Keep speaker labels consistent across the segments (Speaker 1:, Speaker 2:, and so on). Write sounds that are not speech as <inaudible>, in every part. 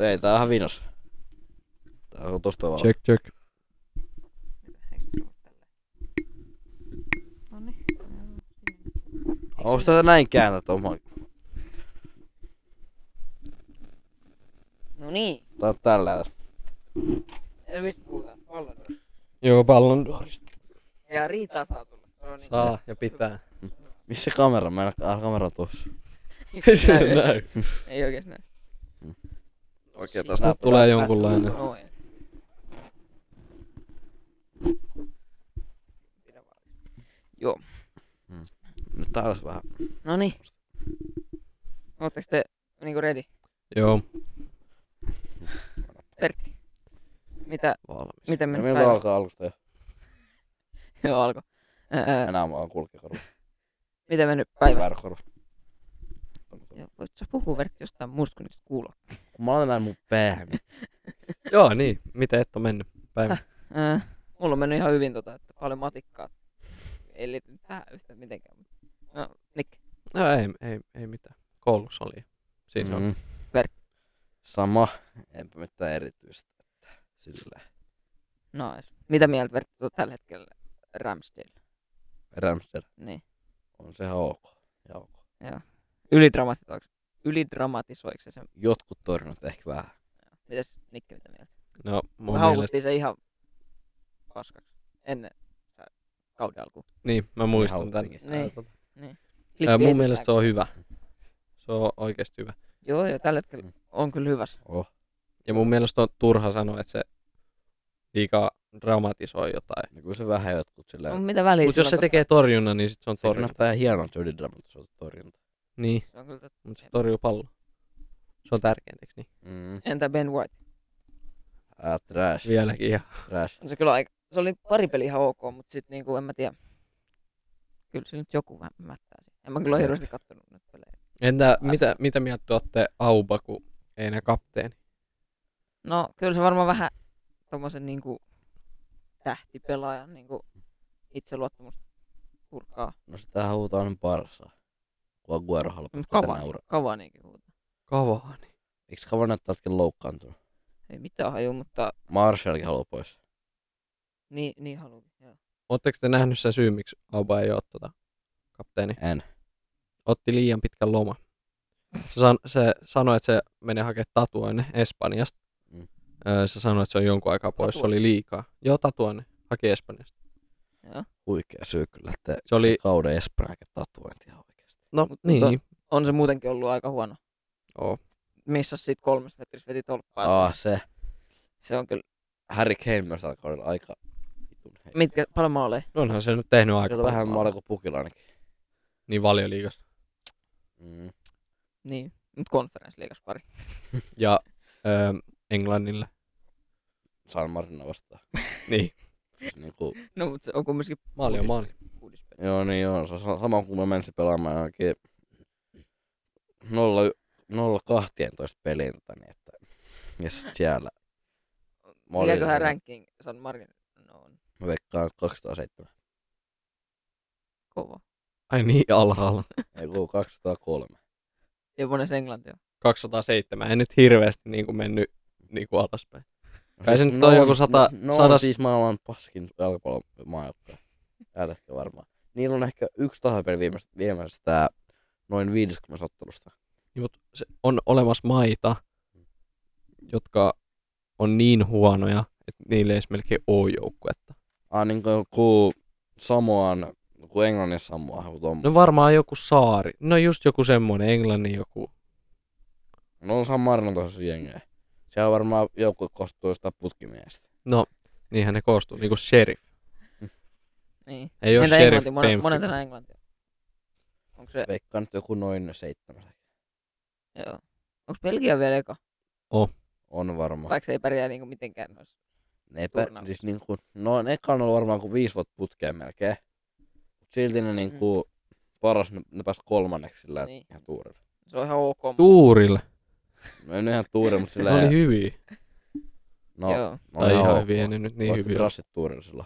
Speaker 1: Ei, tää on hävinnös. Tää on tosta vaan.
Speaker 2: Check, check.
Speaker 3: Eikö tässä ollut tällä? Noniin.
Speaker 1: Onko tätä näin käännät oma?
Speaker 3: No niin.
Speaker 1: Tää on tällä.
Speaker 3: Eli mistä puhutaan? Pallon.
Speaker 2: Joo, pallon duorista.
Speaker 3: Ja Riitaa saa tulla. Se on niin. <laughs>
Speaker 2: Saa ja pitää.
Speaker 1: Missä se kamera? Meillä on ah, kamera tuossa.
Speaker 3: Ei
Speaker 2: Se ei
Speaker 3: oikeesti-
Speaker 2: näy.
Speaker 3: Ei oikees näy.
Speaker 1: Oikein
Speaker 3: Siinä. tästä-
Speaker 2: Tulee jonkunlainen.
Speaker 3: Noin. Pidä vaan. Joo.
Speaker 1: Nyt täällä olisi vähän.
Speaker 3: No niin. Ootteko te niinku ready?
Speaker 2: Joo,
Speaker 3: Pertti. Mitä, <laughs>
Speaker 1: valmis.
Speaker 3: miten me
Speaker 1: Ja
Speaker 3: nyt
Speaker 1: miltä
Speaker 3: päivä?
Speaker 1: alkaa alusta jo?
Speaker 3: Joo, alko. Ää,
Speaker 1: Enää mä oon kulkikoru.
Speaker 3: miten me nyt päivä?
Speaker 1: Väärä
Speaker 3: Joo, voit sä puhua Pertti jostain muusta kuin niistä kuulla?
Speaker 1: Kun mä olen näin mun päähän. niin
Speaker 2: Joo, niin. Miten et on mennyt päivä?
Speaker 3: Häh? Ää, mulla on mennyt ihan hyvin tota, että paljon matikkaa. Ei liity tähän yhtään mitenkään. mut- No, Nick.
Speaker 2: No ei, ei, ei mitään. Koulussa oli. Siinä on.
Speaker 1: Mhm.
Speaker 3: Ver-
Speaker 1: Sama. Enpä mitään erityistä. että Sillä
Speaker 3: Nice. Mitä mieltä Pertti oot tällä hetkellä Ramsdale?
Speaker 1: Ramster
Speaker 3: Niin.
Speaker 1: on se ihan ok. Ja ok.
Speaker 3: Ylidramatisoi- Ylidramatisoiko se sen?
Speaker 1: Jotkut torjunut ehkä vähän.
Speaker 3: Mitäs Nick, mitä mieltä?
Speaker 2: No, mun
Speaker 3: Mun
Speaker 2: mielestä,
Speaker 3: haukuttiin se ihan paskaksi ennen sitä kauden alkuun.
Speaker 2: niin, mä muistan tämän.
Speaker 1: haukuttiinkin.
Speaker 3: Niin.
Speaker 2: Ää, tota.
Speaker 3: Klippi
Speaker 2: Ää, mun
Speaker 3: heitetään.
Speaker 2: mielestä se on hyvä. Se on oikeasti hyvä.
Speaker 3: Joo, joo, tällä
Speaker 2: Mm.
Speaker 3: hetkellä on kyllä hyvässä.
Speaker 1: Oh.
Speaker 2: Ja mun mielestä on turha sanoa, että se liikaa dramatisoi jotain.
Speaker 1: Niin kuin se vähän jotkut silleen.
Speaker 3: No, mitä väliä
Speaker 2: Mutta jos
Speaker 3: sillä
Speaker 2: se
Speaker 3: on,
Speaker 2: tekee torjunnan, niin sit se on
Speaker 1: Se
Speaker 2: torjunta.
Speaker 1: näyttää hienolta ylidramatisoitu torjunta.
Speaker 2: Niin,
Speaker 3: koska- Se on kyllä totta.
Speaker 2: mutta se torjuu pallon. Se on tärkeintä, eikö niin?
Speaker 1: Mm.
Speaker 3: Entä Ben White?
Speaker 1: Äh, trash,
Speaker 2: Vieläkin ihan.
Speaker 1: trash.
Speaker 3: On se kyllä aika... Se oli pari peliä ihan ok, mutta sitten niinku, en mä tiedä. Kyllä se nyt joku vähän mättää siinä. En mä kyllä ole hirveästi kattonut nyt pelejä.
Speaker 2: Entä mitä, mitä mieltä te olette Auba, kun ei enää kapteeni?
Speaker 3: No, kyllä se varmaan vähän tommosen niinku tähtipelaajan niinku itseluottamus purkaa.
Speaker 1: No sitähän huutaa nyt parsaa. Kun Aguero
Speaker 2: Mm,
Speaker 1: haluaa tänä
Speaker 3: Kavani,
Speaker 1: ura.
Speaker 3: Kavaniinkin huuta.
Speaker 2: Kavaani.
Speaker 1: Eikö Kavan näyttää hetken loukkaantunut?
Speaker 3: Ei mitään haju, mutta
Speaker 1: Marshallkin haluaa pois.
Speaker 3: niin, niin haluan. Joo.
Speaker 2: Oletteko te nähnyt sen syyn, miksi Auba ei ole tota, kapteeni?
Speaker 1: En.
Speaker 2: Otti liian pitkän loma. Se, san, se sanoi, että se menee hakemaan tatuoinne Espanjasta.
Speaker 1: Mm.
Speaker 2: Öö, Se sanoi, että se on jonkun aikaa pois. Se oli liikaa. Joo, tatuoinne. Haki Espanjasta.
Speaker 3: Joo.
Speaker 1: Huikea syy kyllä, että
Speaker 2: Se oli-
Speaker 1: kauden Espanjakin tatuointi ihan oikeasti.
Speaker 2: No,
Speaker 3: Mut-
Speaker 2: niin.
Speaker 3: On se muutenkin ollut aika huono.
Speaker 2: Oo.
Speaker 3: Missä sit kolmes metris veti tolppaa.
Speaker 1: Aa, Ah, se.
Speaker 3: Se on kyllä.
Speaker 1: Harry Kane myös tällä kaudella aika vitun hei.
Speaker 3: Mitkä, paljon maaleja?
Speaker 2: No onhan se nyt tehnyt aika
Speaker 1: Siellä on
Speaker 2: paljon
Speaker 1: vähän
Speaker 2: maaleja.
Speaker 1: maalla kuin Pukilainenkin.
Speaker 2: Niin valioliigassa.
Speaker 1: Mm.
Speaker 3: Niin. Nyt konferenssliigas pari.
Speaker 2: Ja öö, Englannille.
Speaker 1: San Marino vastaan.
Speaker 2: Niin.
Speaker 1: Se niinku,
Speaker 3: No mutta se on kumminkin
Speaker 2: Maali on maali.
Speaker 3: kuudispeli.
Speaker 1: joo niin joo, se on sa- sama kuin mä menisin pelaamaan johonkin 0-12 peliin. tota Niin, että, ja sit siellä Maali oli
Speaker 3: Mikäköhän
Speaker 1: hyvä.
Speaker 3: ranking San Marino on
Speaker 1: mä veikkaan 207.
Speaker 3: kova.
Speaker 2: Ai niin, alhaalla.
Speaker 1: Ei kun 203.
Speaker 3: Ja monessa Englanti on.
Speaker 2: 207. En nyt hirveästi niin kuin mennyt niin kuin alaspäin. Kai se nyt on joku sata-
Speaker 1: no, no,
Speaker 2: sadas-
Speaker 1: siis maailman paskin jalkapallomaajoittaja. Tällä hetkellä varmaan. Niillä on ehkä yksi tahapeli viimeisestä, viimeisestä noin 50 ottelusta.
Speaker 2: Niin, mutta se on olemassa maita, jotka on niin huonoja, että niillä ei edes melkein ole joukkuetta.
Speaker 1: Ah, niin kuin joku Samoan, joku Englannin Samoa, joku tommo.
Speaker 2: No varmaan joku saari. No just joku semmoinen, Englannin joku.
Speaker 1: No on San Marinon tuossa jengejä. Siellä on varmaan joku koostuu jostain putkimiestä.
Speaker 2: No, niinhän ne koostuu. Niin kuin sheriff.
Speaker 3: Niin.
Speaker 2: Ei ole
Speaker 3: Entä
Speaker 2: sheriff
Speaker 3: Englanti? Monen,
Speaker 2: Benfica.
Speaker 3: monentena Englanti on? Onko se,
Speaker 1: Veikkaan nyt joku noin seitsemän.
Speaker 3: joo. Onko Belgia vielä eka?
Speaker 1: On varmaan.
Speaker 3: Vaikka se ei pärjää niinku mitenkään noissa.
Speaker 1: Ne epä,
Speaker 3: turnaus.
Speaker 1: siis niin kuin, no on eka on ollut varmaan kuin viisi vuotta putkeen melkein. Mut silti ne niin kuin, paras, ne, ne pääsi kolmanneksi sillä
Speaker 3: Niin.
Speaker 1: niin. ihan tuurilla.
Speaker 3: Se on ihan ok. mut-
Speaker 2: Tuurille.
Speaker 1: No ei ne ihan tuurilla, mutta
Speaker 2: Ne
Speaker 1: sillä
Speaker 2: oli hyviä.
Speaker 1: no,
Speaker 3: Joo.
Speaker 1: no,
Speaker 2: Tai ihan
Speaker 1: ok.
Speaker 2: hyviä, ei ne nyt niin
Speaker 1: Voitti
Speaker 2: hyviä. ole.
Speaker 1: Brassit tuurilla sillä.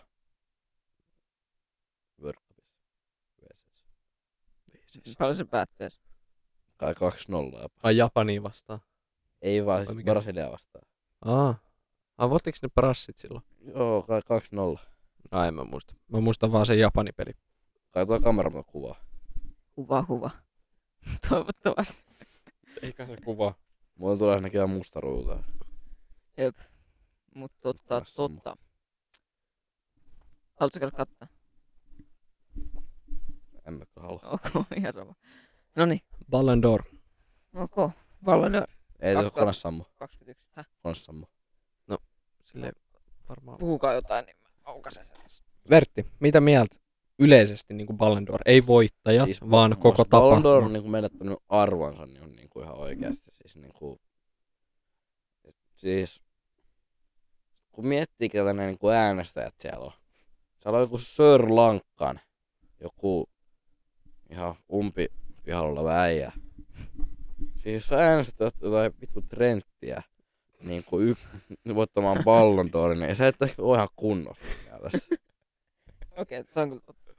Speaker 1: World Cupissa. VCS.
Speaker 3: Siis Paljon se päättyy?
Speaker 1: Kai 2-0 jopa.
Speaker 2: Ai Japania vastaan.
Speaker 1: Ei vaan
Speaker 2: Vai
Speaker 1: siis
Speaker 2: mikä?
Speaker 1: Brasilia vastaan.
Speaker 2: Aa. Ah, voittiks ne parassit silloin?
Speaker 1: Joo, kai 2-0.
Speaker 2: Ai en mä muista. Mä muistan vaan sen Japani peli.
Speaker 1: Kai tuo kameramme kuvaa.
Speaker 3: Huva, huva. <laughs> Toivottavasti.
Speaker 2: Eikä se kuva.
Speaker 1: Mulla tulee ainakin ihan musta ruuta.
Speaker 3: Mut totta,
Speaker 1: Tässä on-
Speaker 3: totta. Haluatko käydä kattaa?
Speaker 1: En mä kyllä halua.
Speaker 3: Ok, <laughs> ihan sama. Noniin,
Speaker 2: Ballon d'Or.
Speaker 3: ok. Vallador
Speaker 1: Ei tuo
Speaker 3: Kaksi-
Speaker 1: kone sammu.
Speaker 3: 21. Häh?
Speaker 1: Kone sammu.
Speaker 2: Sille varmaan.
Speaker 3: Puhukaa jotain, niin mä aukasen sen. tässä.
Speaker 2: Vertti, mitä mieltä yleisesti niin kuin Ballon d'Or? Ei voittaja, siis, vaan koko
Speaker 1: tapahtuma. Ballon d'Or
Speaker 2: tapahtuma.
Speaker 1: on niinku menettänyt arvonsa niin on niinku ihan oikeasti. Siis, niinku, et siis kun miettii ketä ne niinku äänestäjät siellä on. Siellä on joku Sir Lankkan, joku ihan umpi pihalla oleva äijä. Siis sä äänestät jotain vittu trenttiä niin kuin y- voittamaan Ballon d'Orin, niin sä et ehkä ole ihan kunnossa mielessä.
Speaker 3: Okei, okay, on kyllä totta.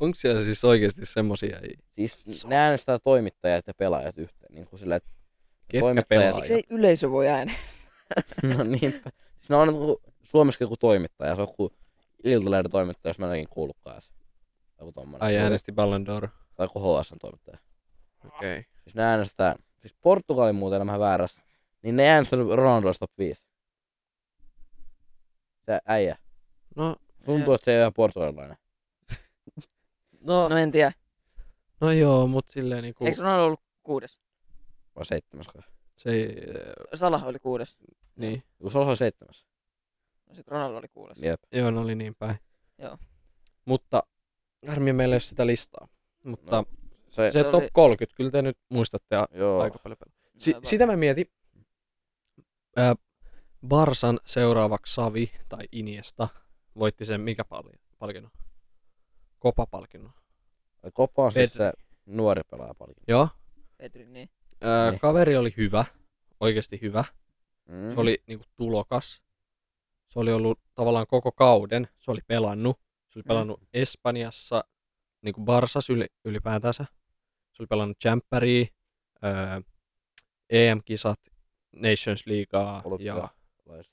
Speaker 2: Onko siellä siis oikeasti semmosia, ei-
Speaker 1: Siis ne äänestää toimittajat ja pelaajat yhteen. Niin kuin sillä, että <laughs>
Speaker 2: ketkä
Speaker 1: Toimittajat.
Speaker 2: pelaa?
Speaker 3: Miksi ei yleisö voi äänestää?
Speaker 1: no niinpä. Siis ne on joku, Suomessa joku toimittaja, se on joku Iltalehden toimittaja, jos mä näkin kuullutkaan se. Joku tommonen.
Speaker 2: Ai äänesti Ballon d'Or.
Speaker 1: Tai joku HSN toimittaja.
Speaker 2: Okei. Okay.
Speaker 1: Siis ne äänestää, siis Portugali muuten on vähän väärässä, niin ne äänestää Ronaldoista top 5. Se äijä.
Speaker 2: No,
Speaker 1: Tuntuu, että se ei ole ihan portugalilainen.
Speaker 2: no,
Speaker 3: <laughs> No en tiedä.
Speaker 2: no joo, mut silleen niinku...
Speaker 3: Eikö Ronaldo ollut kuudes?
Speaker 1: Vai seitsemäs kai.
Speaker 2: Se ei... äh,
Speaker 3: Salah oli kuudes.
Speaker 2: Niin.
Speaker 1: Kun se on seitsemäs.
Speaker 3: No sit Ronaldo oli kuudes.
Speaker 1: Jep.
Speaker 2: Joo, ne oli niin päin.
Speaker 3: Joo.
Speaker 2: Mutta harmi meillä ei ole sitä listaa. Mutta
Speaker 1: No, Se,
Speaker 2: se,
Speaker 1: se,
Speaker 2: se
Speaker 3: se
Speaker 2: top
Speaker 3: oli-
Speaker 2: 30, kyllä te nyt muistatte a-
Speaker 1: joo.
Speaker 2: aika paljon. pelaa. Si-
Speaker 3: Aivan.
Speaker 2: sitä mä mietin. Ää, Barsan seuraavaksi Savi tai Iniesta voitti sen mikä pal- palkinnon? Kopa-palkinnon.
Speaker 1: Kopa on siis
Speaker 2: Pedri.
Speaker 1: se nuori pelaaja paljon.
Speaker 2: Joo.
Speaker 3: Petri, niin.
Speaker 2: Ää,
Speaker 1: Niin.
Speaker 2: kaveri oli hyvä, oikeasti hyvä.
Speaker 1: Mm.
Speaker 2: Se oli niinku tulokas. Se oli ollut tavallaan koko kauden. Se oli pelannut. Se oli
Speaker 3: Mm.
Speaker 2: pelannut Espanjassa, niinku Barsas yli, ylipäätänsä. Se oli pelannut Champeria, öö, EM-kisat, Nations Leaguea ja
Speaker 1: Olympialaiset.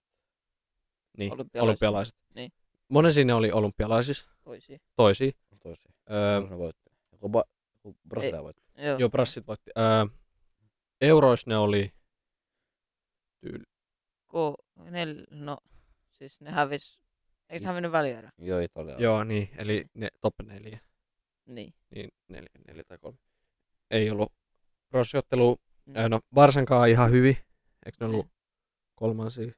Speaker 2: niin,
Speaker 3: Olympialaiset.
Speaker 2: olympialaiset.
Speaker 3: Niin.
Speaker 2: Monen sinne oli olympialaisissa,
Speaker 3: Toisia.
Speaker 2: toisia.
Speaker 1: Toisia.
Speaker 2: Öö,
Speaker 1: Öö, ne voitti. Joku, ba- joku Brasilia voitti.
Speaker 3: Joo.
Speaker 2: Joo, Brassit voitti. Öö, eurois ne oli
Speaker 3: Ko, nel, no, siis ne hävis. Eikö ne hävinnyt välierä?
Speaker 1: Joo, Italia.
Speaker 2: Joo, niin, eli ne top neljä.
Speaker 3: Niin.
Speaker 2: Niin, neljä, neljä tai kolme. Ei ollut rossiottelu.
Speaker 3: Mm.
Speaker 2: Mm. No, varsinkaan ihan hyvin. Eikö ne
Speaker 3: Mm.
Speaker 2: ollut kolmansia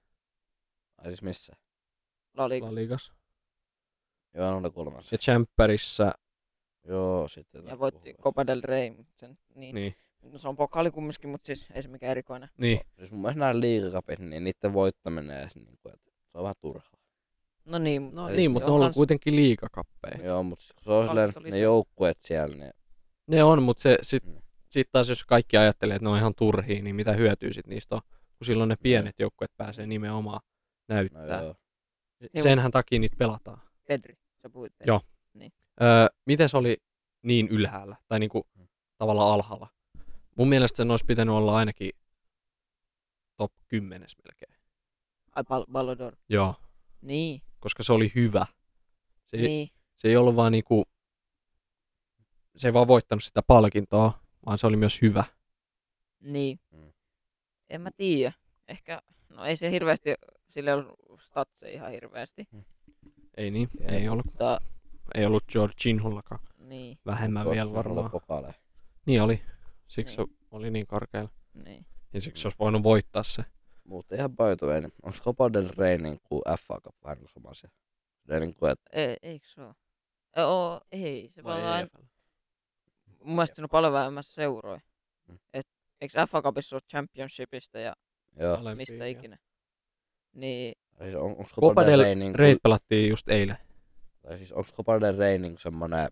Speaker 1: Ai siis missä?
Speaker 3: Laliikas.
Speaker 2: no, La Ligas?
Speaker 1: Joo, ne on ne kolmas.
Speaker 2: Ja Champerissa,
Speaker 1: Joo, sitten.
Speaker 3: Ja voitti Copa del Rey. mut Sen, niin.
Speaker 2: niin.
Speaker 3: No se on pokaali kumminkin, mutta siis ei se mikään erikoinen.
Speaker 2: niin.
Speaker 1: Siis mun mielestä nämä liigakapit, niin niiden voittaminen ja niin kuin, että se on vähän turhaa.
Speaker 3: No niin,
Speaker 2: No
Speaker 1: Eli
Speaker 2: niin,
Speaker 3: se
Speaker 2: mutta
Speaker 3: on
Speaker 2: ne on
Speaker 3: kans-
Speaker 2: kuitenkin liigakappeja.
Speaker 1: Joo, mutta kun se on silleen,
Speaker 3: Palkinto
Speaker 1: ne
Speaker 3: lisää.
Speaker 1: joukkueet siellä, niin
Speaker 2: Ne on, mutta se, sit,
Speaker 1: Mm.
Speaker 2: sit taas jos kaikki ajattelee, että ne on ihan turhia, niin mitä hyötyä sit niistä on, kun silloin ne pienet joukkueet pääsee nimenomaan
Speaker 1: no
Speaker 2: näyttää.
Speaker 1: joo.
Speaker 3: mut-
Speaker 2: Senhän takia niitä pelataan.
Speaker 3: Pedri. Sä puhuit Pedri.
Speaker 2: Joo. Öö, miten se oli niin ylhäällä, tai niinku tavallaan alhaalla? Mun mielestä sen olisi pitänyt olla ainakin top 10 melkein.
Speaker 3: Ai, Bal- Ballon d'Or.
Speaker 2: Joo.
Speaker 3: Niin,
Speaker 2: Koska se oli hyvä. Se, niin.
Speaker 3: niin.
Speaker 2: se ei ollut vaan niinku, se ei vaan voittanut sitä palkintoa, vaan se oli myös hyvä.
Speaker 3: Niin.
Speaker 1: Mm.
Speaker 3: En mä tiedä. Ehkä, no ei se hirveästi, sillä on statse ihan hirveästi.
Speaker 2: Ei niin,
Speaker 1: Jep.
Speaker 2: ei ollut,
Speaker 3: Mutta
Speaker 2: ei ollut Georginhullakaan.
Speaker 3: niin,
Speaker 2: Vähemmän
Speaker 1: Tuossa
Speaker 2: vielä
Speaker 1: on ollut
Speaker 2: varmaan.
Speaker 1: pokaaleja.
Speaker 2: Niin oli. Siksi
Speaker 3: Niin.
Speaker 2: niin. se oli niin korkealla.
Speaker 3: niin.
Speaker 2: Ja siksi se olisi voinut voittaa se.
Speaker 1: Mutta ihan paitoinen. Onko niin Copa del Rey niin kuin FA Cup vähän niin kuin sama asia? Ne niin kuin, että
Speaker 3: Ei, eikö se ole? E, Oo, ei, se vaan aina,
Speaker 2: EFL?
Speaker 3: mun mielestä siinä on paljon vähemmän seuroja.
Speaker 1: Mm.
Speaker 3: Et, eikö FA Cupissa ole championshipista ja
Speaker 1: joo.
Speaker 2: Alempia,
Speaker 3: mistä
Speaker 2: joo.
Speaker 3: ikinä? Niin,
Speaker 1: Tai siis on, onko
Speaker 2: Copa del
Speaker 1: Rey niin
Speaker 2: Rey
Speaker 1: kuin,
Speaker 2: pelattiin just eilen.
Speaker 1: tai siis onko Copa del Rey niin kuin semmoinen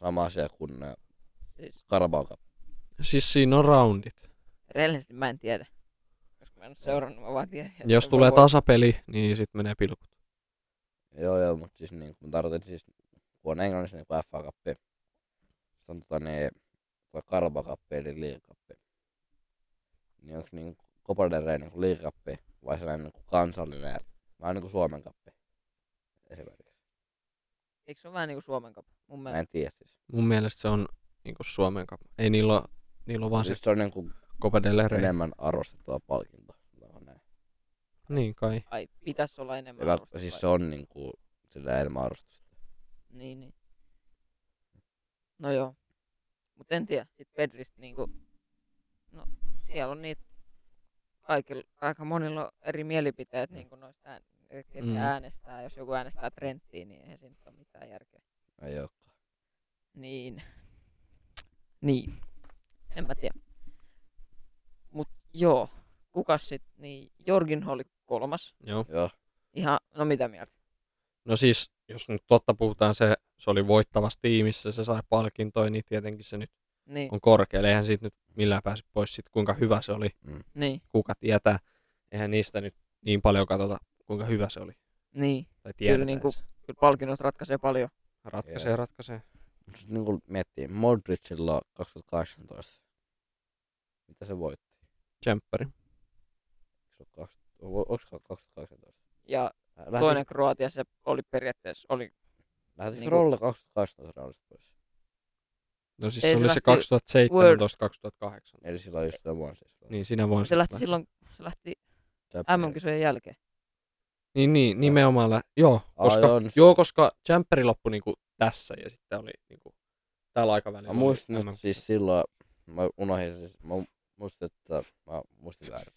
Speaker 1: sama asia kuin äh,
Speaker 3: siis
Speaker 1: Carabao Cup?
Speaker 2: Siis siinä on roundit.
Speaker 3: rehellisesti mä en tiedä. Koska mä en ole seurannut, mä vaan tiedän. että
Speaker 2: Jos
Speaker 3: se
Speaker 2: tulee
Speaker 3: voi-
Speaker 2: tasapeli, niin sitten menee pilkut.
Speaker 1: Joo, joo, mutta siis niin kuin tarkoitin siis, kun on englannissa niin kuin FA Cup, sitten on tota niin, toi Carabao Cup eli League Cup. Niin onko niin Copa del Rey niin liikappi vai sellainen niin kansallinen, ja- vähän niin kuin Suomen kappi esimerkiksi.
Speaker 3: Eikö se ole vähän niin kuin Suomen kappa? Mun
Speaker 1: Mä
Speaker 3: mielestä.
Speaker 1: en tiedä siis.
Speaker 2: Mun mielestä se on niinku Suomen kappa. Ei niillä ole, niillä on vaan se
Speaker 1: siis se on niin kuin
Speaker 2: Copa del Rey.
Speaker 1: enemmän arvostettava palkinto. No, näin.
Speaker 2: Niin kai.
Speaker 3: Ai, pitäisi olla
Speaker 1: Ei
Speaker 3: enemmän.
Speaker 1: vält-
Speaker 3: arvostusta
Speaker 1: siis
Speaker 3: vai-
Speaker 1: se on niin kuin, sillä enemmän arvostusta.
Speaker 3: Niin, niin. No joo. Mut en tiedä. Sit Pedristä niinku... No, siellä on niitä... Kaikilla, aika monilla on eri mielipiteet niinku noista ään, että
Speaker 2: Mm.
Speaker 3: äänestää. Jos joku äänestää Trenttiin, niin eihän siinä ole mitään järkeä.
Speaker 1: Ei oo.
Speaker 3: Niin. Niin. En mä tiedä. Mut joo. Kukas sit? Niin Jorgin oli kolmas.
Speaker 2: Joo.
Speaker 1: Joo.
Speaker 3: Ihan, no mitä mieltä?
Speaker 2: No siis, jos nyt totta puhutaan, se, se oli voittavassa tiimissä, se sai palkintoja, niin tietenkin se nyt
Speaker 3: Niin,
Speaker 2: on korkealla. Eihän siitä nyt millään pääse pois siitä, kuinka hyvä se oli,
Speaker 3: niin,
Speaker 2: kuka tietää. Eihän niistä nyt niin paljon katsota, kuinka hyvä se oli.
Speaker 3: niin.
Speaker 2: Tai tiedetään
Speaker 3: niinku-
Speaker 2: se.
Speaker 3: Kyllä palkinnot ratkaisee paljon.
Speaker 2: Ratkaisee,
Speaker 1: Joo.
Speaker 2: ratkaisee.
Speaker 1: Mut sit niinku miettii, Modricilla 2018. Mitä se voitti?
Speaker 2: Tsemppäri.
Speaker 1: Se on 20, onko 2018?
Speaker 3: Ja
Speaker 1: Lähti,
Speaker 3: toinen Kroatia, se oli periaatteessa, oli,
Speaker 1: Lähti
Speaker 3: niinku-
Speaker 1: niinku... Rolle 2018 raudasta pois.
Speaker 2: No siis
Speaker 3: Ei
Speaker 2: se
Speaker 3: se
Speaker 2: oli se
Speaker 3: lähti
Speaker 2: 2017-2018.
Speaker 1: Eli silloin just tämän vuonna siis.
Speaker 2: Niin sinä vuonna.
Speaker 3: se lähti
Speaker 2: lähti.
Speaker 3: silloin, se lähti
Speaker 1: Tsemppäri.
Speaker 3: MM-kisojen jälkeen.
Speaker 2: Niin, niin nimenomaan. Lä- joo, koska,
Speaker 1: joo, niin se-
Speaker 2: joo, koska Tsemppäri loppui niinku tässä ja sitten oli niinku tällä aikavälillä.
Speaker 1: Mä
Speaker 2: oli
Speaker 1: muistin, että
Speaker 2: MM.
Speaker 1: siis silloin, mä unohdin siis, mä muistin, että mä muistin väärin.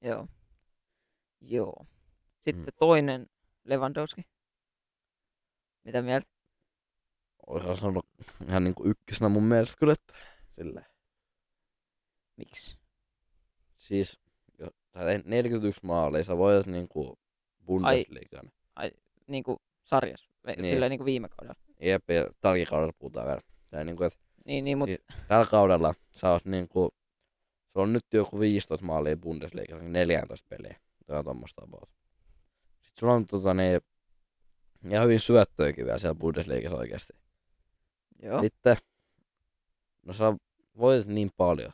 Speaker 3: Joo. Joo. Sitten toinen Lewandowski. Mitä mieltä?
Speaker 1: Olisin sanonut ihan niinku ykkösenä mun mielestä kyllä, että sillä.
Speaker 3: Miksi?
Speaker 1: Siis, jos sä teet 41 maalia, sä voitat niinku Bundesliigan.
Speaker 3: Niin kuin sarjas, niin.
Speaker 1: Niin.
Speaker 3: silleen niin kuin viime kaudella.
Speaker 1: Jep, ja tälläkin kaudella puhutaan vielä. Tää niinku, että
Speaker 3: Niin, niin mutta
Speaker 1: Siis- tällä kaudella sä oot niinku, se on nyt joku 15 maalia Bundesliigassa, niin 14 peliä. Tää on tommoista about. Sitten sulla on tota niin, ihan hyvin syöttöäkin vielä siellä Bundesliigassa oikeesti.
Speaker 3: joo.
Speaker 1: Sitten, no sä voitit niin paljon.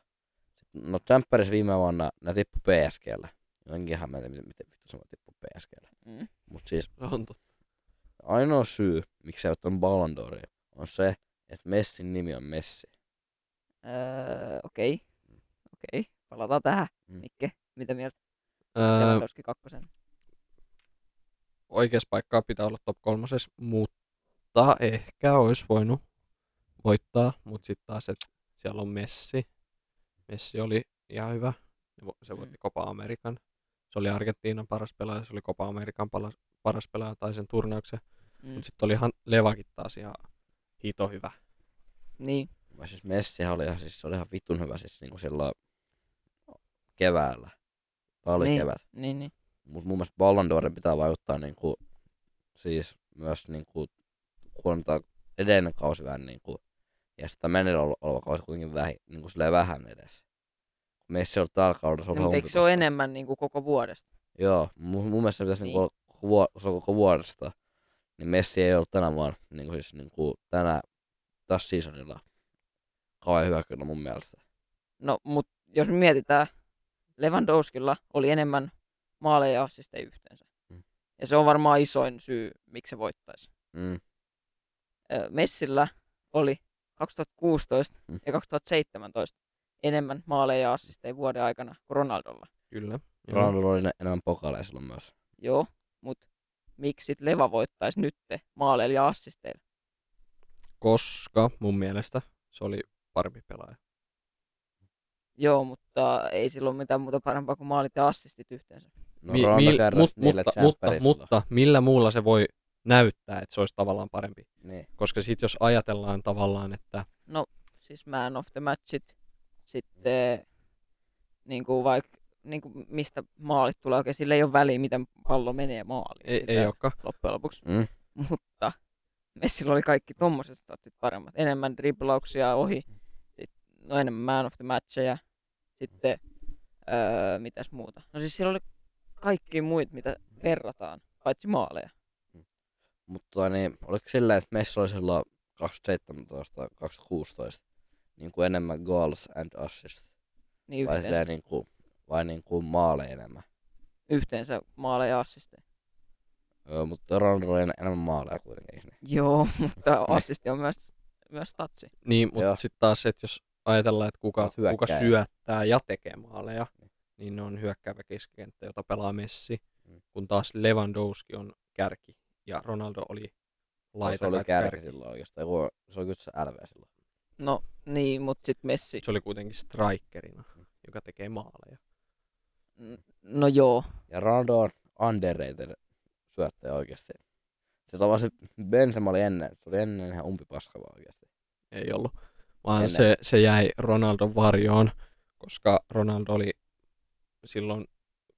Speaker 1: Sitten, no Champerissa viime vuonna ne tippu PSGllä. Jotenkin hämmentä, miten, miten vittu se tippu PSGllä.
Speaker 3: Mm.
Speaker 1: Mut siis
Speaker 2: Se on totta.
Speaker 1: ainoa syy, miksi sä et ottanut Ballon d'Oria, on se, että Messin nimi on Messi.
Speaker 3: Öö, okei. Okei. Palataan tähän.
Speaker 1: Mm.
Speaker 3: Mikke, mitä mieltä?
Speaker 2: Öö,
Speaker 3: Lewandowski kakkosen.
Speaker 2: oikeassa paikkaa pitää olla top kolmosessa, mutta ehkä olisi voinut voittaa, mutta sitten taas, että siellä on Messi. Messi oli ihan hyvä. Ne vo- Se voitti
Speaker 3: Mm.
Speaker 2: Copa Amerikan. Se oli Argentiinan paras pelaaja, se oli Copa Amerikan pala- paras pelaaja tai sen turnauksen.
Speaker 3: Mm.
Speaker 2: Mutta sitten olihan Levakin taas ihan hito hyvä.
Speaker 3: Niin,
Speaker 1: Mä siis Messihän oli ihan, siis se oli ihan vitun hyvä siis niinku silloin keväällä. Talvi
Speaker 3: Niin.
Speaker 1: niin. kevät.
Speaker 3: niin, niin.
Speaker 1: Mut mun mielestä Ballon d'Orin pitää vaikuttaa niinku, siis myös niinku, kun on tää edellinen kausi vähän niinku, ja sitä menellä ol- oleva kausi kuitenkin vähi, niinku silleen vähän edes. Messi on tällä kaudella, se on
Speaker 3: No, mutta eikö
Speaker 1: huonompi
Speaker 3: se ole
Speaker 1: koska-
Speaker 3: enemmän niin kuin koko vuodesta?
Speaker 1: Joo, mun, mun mielestä se pitäisi niin.
Speaker 3: Niin.
Speaker 1: olla koko vuo- se on koko vuodesta. Niin Messi ei ollut tänä vuonna, niin kuin siis niin kuin tänä, tässä seasonilla kauhean hyvä kyllä mun mielestä.
Speaker 3: No, mutta jos me mietitään, Lewandowskilla oli enemmän maaleja ja assisteja yhteensä.
Speaker 1: Mm.
Speaker 3: Ja se on varmaan isoin syy, miksi se voittaisi.
Speaker 1: Mm.
Speaker 3: Ö, Messillä oli 2016
Speaker 1: Mm.
Speaker 3: ja 2017 enemmän maaleja ja assisteja vuoden aikana kuin Ronaldolla.
Speaker 2: Kyllä. Joo.
Speaker 1: Ronaldo oli ne- enemmän pokaaleja silloin myös.
Speaker 3: Joo, mutta miksi sit Leva voittaisi nyt maaleilla ja assisteilla?
Speaker 2: Koska mun mielestä se oli parempi pelaaja.
Speaker 3: Joo, mutta ei silloin mitään muuta parempaa kuin maalit ja assistit yhteensä.
Speaker 1: No,
Speaker 2: Mi-
Speaker 1: Ronaldo
Speaker 2: mil-
Speaker 1: kärräsi
Speaker 2: mut-
Speaker 1: niillä
Speaker 2: mutta, mutta,
Speaker 1: tsemppäreillä silloin.
Speaker 2: mutta millä muulla se voi näyttää, että se olisi tavallaan parempi?
Speaker 1: Niin.
Speaker 2: Koska sitten jos ajatellaan tavallaan, että
Speaker 3: siis man of the matchit, sitten niin kuin vaikka niin kuin mistä maalit tulee, okei sillä ei ole väliä miten pallo menee maaliin
Speaker 2: ei,
Speaker 3: sillä
Speaker 2: ei olekaan,
Speaker 3: loppujen lopuksi,
Speaker 1: Mm.
Speaker 3: mutta Messillä oli kaikki tommoset statsit paremmat, enemmän driblauksia ohi, sit, no enemmän man of the matcheja, sitten öö, mitäs muuta, no siis sillä oli kaikki muut mitä verrataan, paitsi maaleja.
Speaker 1: Mutta niin, oliko sillä, että Messi oli silloin 2017-2016 niin kuin enemmän goals and assists?
Speaker 3: Niin
Speaker 1: Vai
Speaker 3: yhteensä.
Speaker 1: silleen niin kuin, vai niin kuin maaleja enemmän?
Speaker 3: Yhteensä maaleja assisteja.
Speaker 1: Öö, mutta Ronaldo on enemmän maaleja kuitenkin. eikö Niin.
Speaker 3: Joo, <laughs> mutta
Speaker 1: Niin.
Speaker 3: assisti on myös, myös statsi.
Speaker 2: Niin, mutta
Speaker 1: Joo.
Speaker 2: sitten taas, että jos ajatellaan, että kuka,
Speaker 1: Oot hyökkääjä.
Speaker 2: kuka syöttää ja tekee maaleja, niin ne on hyökkäävä keskikenttä, jota pelaa Messi,
Speaker 1: Mm.
Speaker 2: kun taas Lewandowski on kärki ja Ronaldo oli
Speaker 1: Se
Speaker 2: laita
Speaker 1: oli
Speaker 2: kärki.
Speaker 1: kärki silloin oikeastaan. kun Se oli kyllä se LV silloin.
Speaker 3: No niin, mutta sitten Messi.
Speaker 2: Se oli kuitenkin strikerina,
Speaker 1: Mm.
Speaker 2: joka tekee maaleja.
Speaker 3: No joo,
Speaker 1: Ja Ronaldo on underrated syöttäjä oikeasti. Se tavallaan se Benzema oli ennen, se oli ennen ihan umpipaskava oikeasti.
Speaker 2: Ei ollut, vaan
Speaker 1: Ennen.
Speaker 2: se, se jäi Ronaldon varjoon, koska Ronaldo oli silloin,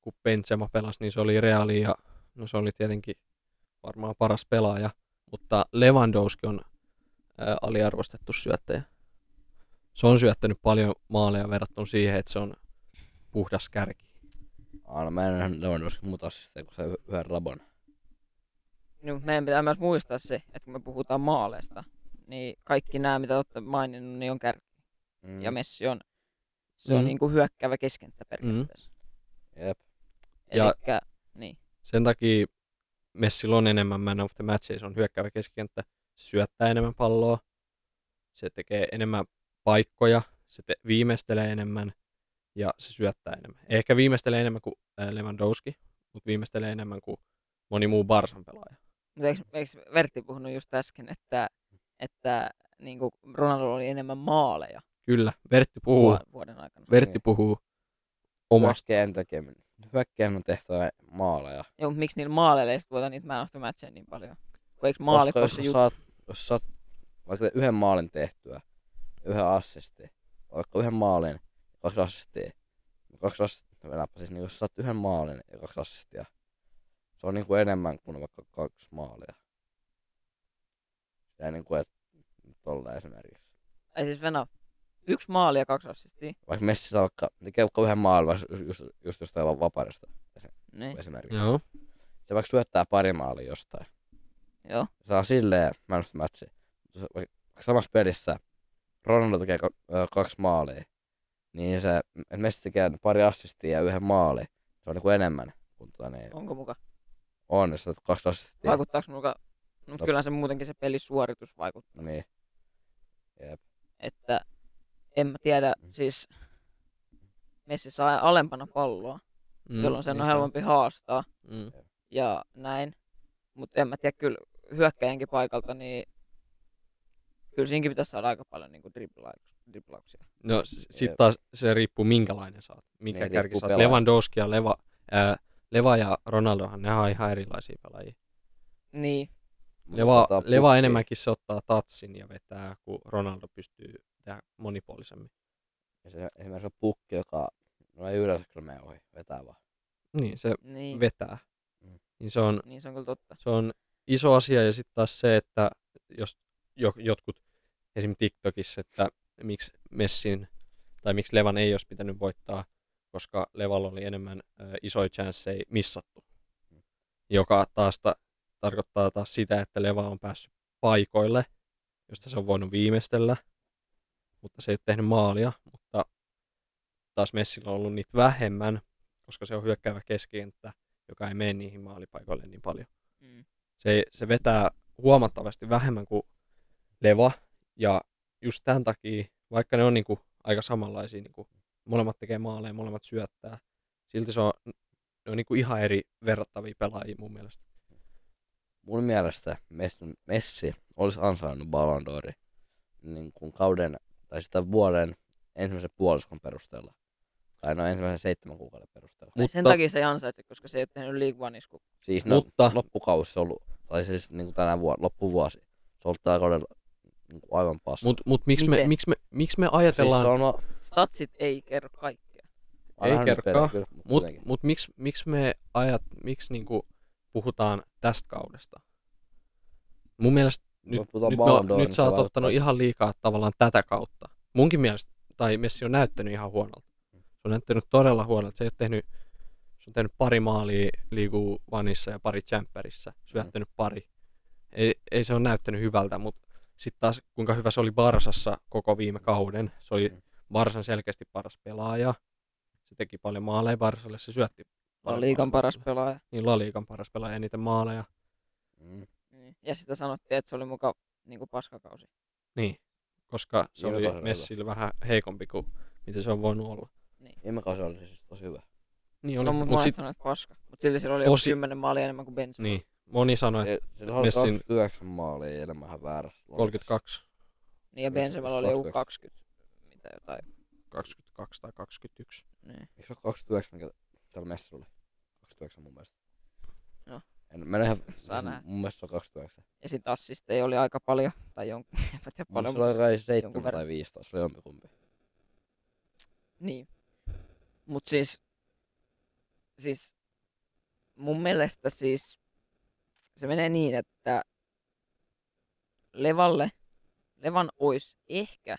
Speaker 2: kun Benzema pelasi, niin se oli reaali ja no se oli tietenkin varmaan paras pelaaja, mutta Lewandowski on ää, aliarvostettu syöttäjä. Se on syöttänyt paljon maaleja verrattuna siihen, että se on puhdas kärki.
Speaker 1: Aina mä en nähnyt Lewandowski muuta assisteja kuin se yhden rabon.
Speaker 3: niin mut meidän pitää myös muistaa se, että kun me puhutaan maaleista, niin kaikki nämä, mitä olette maininnut, niin on kärki.
Speaker 1: Mm.
Speaker 3: Ja Messi on, se on
Speaker 2: Mm.
Speaker 3: niin kuin hyökkäävä keskenttä periaatteessa.
Speaker 1: Jep.
Speaker 2: Mm. Ja-
Speaker 3: Elikkä, niin.
Speaker 2: Sen takia Messillä on enemmän man of the match, se on hyökkäävä keskikenttä, se syöttää enemmän palloa, se tekee enemmän paikkoja, se te- viimeistelee enemmän ja se syöttää enemmän. Ei Ehkä viimeistelee enemmän kuin äh, Lewandowski, mutta viimeistelee enemmän kuin moni muu Barsan pelaaja.
Speaker 3: Mutta eikö, eikö Vertti puhunut just äsken, että, että niin kuin Ronaldo oli enemmän maaleja
Speaker 2: Kyllä, Vertti puhuu,
Speaker 3: vuo- vuoden aikana?
Speaker 2: Vertti
Speaker 1: Niin.
Speaker 2: puhuu omasta.
Speaker 1: Hyökkäjän tekeminen. Hyökkäjän on tehtävä maaleja.
Speaker 3: Joo, mutta miksi niillä maaleilla ei sit voita niitä man of the matcheja niin paljon? Kun eikö
Speaker 1: Koska jos,
Speaker 3: maalipossi
Speaker 1: sä
Speaker 3: ju-
Speaker 1: saat, jos saat vaikka yhden maalin tehtyä, yhden assistin, vaikka yhden maalin, kaksi assistia, niin kaksi assistia, mä nappasin, niin jos saat yhden maalin ja kaksi assistia, se on niinku enemmän kuin vaikka kaksi maalia. Ja niinku, et tolla esimerkiksi.
Speaker 3: Ei siis Venä, yksi maali ja kaksi assistia.
Speaker 1: Vaikka Messi saa vaikka, tekee vaikka yhden maalin, vaikka just, just, just jostain va- vaparista
Speaker 3: Niin,
Speaker 1: esimerkiksi.
Speaker 2: Joo.
Speaker 1: Se vaikka syöttää pari maalia jostain.
Speaker 3: joo.
Speaker 1: saa silleen man of the matchin. Jos vaikka Samassa pelissä Ronaldo tekee ka- ö, kaksi maalia, niin se et Messi tekee pari assistia ja yhden maali. Se on niinku enemmän kuin tota, niin
Speaker 3: Onko muka?
Speaker 1: on, jos saat kaksi assistia.
Speaker 3: Vaikuttaako muka? Mut
Speaker 1: Niin. No.
Speaker 3: kyllähän se muutenkin se pelisuoritus vaikuttaa.
Speaker 1: Niin.
Speaker 3: Että en mä tiedä, siis Messi saa alempana palloa,
Speaker 2: Mm,
Speaker 3: jolloin sen on
Speaker 2: niin
Speaker 3: helpompi haastaa.
Speaker 2: Mm.
Speaker 3: ja näin. Mutta en mä tiedä, kyllä hyökkäjänkin paikalta, niin kyllä siinäkin pitäisi saada aika paljon niin driblauksia.
Speaker 2: No s- sit
Speaker 1: Jep.
Speaker 2: taas se riippuu minkälainen sä oot, mikä
Speaker 1: Niin,
Speaker 2: niin, kärki
Speaker 1: riippuu
Speaker 2: sä oot.
Speaker 1: pelaajasta.
Speaker 2: Lewandowski ja Leva, ää, Leva ja Ronaldohan, ne on ihan erilaisia pelaajia.
Speaker 3: Niin,
Speaker 1: Mut
Speaker 2: Leva,
Speaker 1: tota,
Speaker 2: Leva
Speaker 1: pukki-
Speaker 2: enemmänkin se ottaa tatsin ja vetää, kun Ronaldo pystyy tehdä monipuolisemmin.
Speaker 1: Se, esimerkiksi se pukki, joka no ei yleensä kyllä mene ohi, vetää vaan.
Speaker 2: Niin, se
Speaker 3: niin,
Speaker 2: vetää.
Speaker 1: Mm.
Speaker 2: Niin se on,
Speaker 3: niin se on kyllä totta.
Speaker 2: se on iso asia ja sitten taas se, että jos jo, jotkut esim. TikTokissa, että miksi Messin tai miksi Levan ei olisi pitänyt voittaa, koska Levalla oli enemmän ö, isoja chanceja missattu. Joka taas ta, tarkoittaa taas sitä, että Leva on päässyt paikoille, josta se on voinut viimeistellä, mutta se ei ole tehnyt maalia, mutta taas Messillä on ollut niitä vähemmän, koska se on hyökkäävä keskikenttä, joka ei mene niihin maalipaikoille niin paljon
Speaker 3: Mm.
Speaker 2: se, se vetää huomattavasti vähemmän kuin leva. Ja just tämän takia, vaikka ne on niinku aika samanlaisia, niinku, molemmat tekee maaleja, molemmat syöttää, silti se on, ne on niinku ihan eri verrattavia pelaajia mun mielestä.
Speaker 1: Mun mielestä Messi, Messi olisi ansainnut Ballon d'Ori niin kuin kauden tai sitä vuoden ensimmäisen puoliskon perusteella. Tai no ensimmäisen seitsemän kuukauden perusteella.
Speaker 3: Mutta... Sen takia se ei ansaitse, koska se ei ole tehnyt League One isku.
Speaker 1: Siis no,
Speaker 2: Mutta-
Speaker 1: mutta... loppukausi on ollut, tai siis niin kuin tänä vuonna, loppuvuosi, se on ollut tällä kaudella niin kuin aivan paska.
Speaker 2: Mutta mut miksi, me,
Speaker 3: Miten?
Speaker 2: miksi, me, miksi me
Speaker 1: siis se
Speaker 2: ajatellaan, siis
Speaker 1: on, no,
Speaker 3: Statsit ei kerro kaikkea.
Speaker 1: mä nähnyt
Speaker 2: kerkaa,
Speaker 1: pelejä kyllä, mut
Speaker 2: mut,
Speaker 1: kuitenkin.
Speaker 2: mut miksi, miksi me ajat, miksi niinku puhutaan tästä kaudesta? Mun mielestä nyt,
Speaker 1: Me puhutaan
Speaker 2: nyt,
Speaker 1: Ballon
Speaker 2: no,
Speaker 1: d'Orista,
Speaker 2: nyt sä oot
Speaker 1: vaikuttaa-
Speaker 2: ottanut ihan liikaa tavallaan tätä kautta. Munkin mielestä, tai Messi on näyttänyt ihan huonolta. Se on näyttänyt todella huonolta. Se, ei ole tehnyt, se on tehnyt pari maalia liigu vanissa ja pari tsemppärissä. Syöttänyt
Speaker 1: Mm.
Speaker 2: pari. Ei, ei se ole näyttänyt hyvältä, mutta sitten taas kuinka hyvä se oli Barsassa koko viime kauden. Se oli
Speaker 1: Mm.
Speaker 2: Barsan selkeästi paras pelaaja. Se se teki paljon maaleja Barsalle, se syötti
Speaker 3: La
Speaker 2: paljon
Speaker 3: Liigan
Speaker 2: maaleja.
Speaker 3: paras pelaaja.
Speaker 2: Niin La Liigan paras pelaaja eniten maaleja.
Speaker 1: Mm.
Speaker 3: Niin. Ja sitä sanottiin, että se oli muka niinku paskakausi.
Speaker 2: Niin, koska se
Speaker 1: Viime
Speaker 2: oli
Speaker 1: kaudella.
Speaker 2: Messillä vähän heikompi kuin mitä se on voinut olla.
Speaker 1: Viime kausi oli siis tosi hyvä.
Speaker 2: Niin oli,
Speaker 3: No, mutta
Speaker 2: mut
Speaker 3: mut
Speaker 2: sit,
Speaker 3: sanoin, että paska. Mutta silti sillä oli Osi...
Speaker 2: Osi-
Speaker 3: 10 maalia enemmän kuin Benzema.
Speaker 2: niin, moni sanoi, että
Speaker 1: Se- Sillä oli
Speaker 2: Messin-
Speaker 1: 29 maalia enemmän väärässä. lonkassa.
Speaker 2: 32
Speaker 3: Niin
Speaker 1: Kyllä
Speaker 3: ja
Speaker 1: se
Speaker 3: Benzemalla oli
Speaker 1: vasta
Speaker 3: joku
Speaker 1: kaksi.
Speaker 3: 20 mitä jotain.
Speaker 2: 22 tai 21.
Speaker 3: Niin.
Speaker 1: Eikö se ole 29, mikä tällä messulla? 29 mun mielestä.
Speaker 3: No.
Speaker 1: En, mä en ihan,
Speaker 3: Saa nähdä.
Speaker 1: mun mielestä se on 29.
Speaker 3: Ja sit assisteja oli aika paljon. Tai jonkun, <laughs> en mä tiedä
Speaker 1: Mun
Speaker 3: paljon.
Speaker 1: mielestä Niin, se
Speaker 3: Mutta...
Speaker 1: oli 7
Speaker 3: verran.
Speaker 1: tai 15, se oli jompikumpi.
Speaker 3: Niin. Mut siis, siis mun mielestä siis se menee niin, että Levalle, Levan olisi ehkä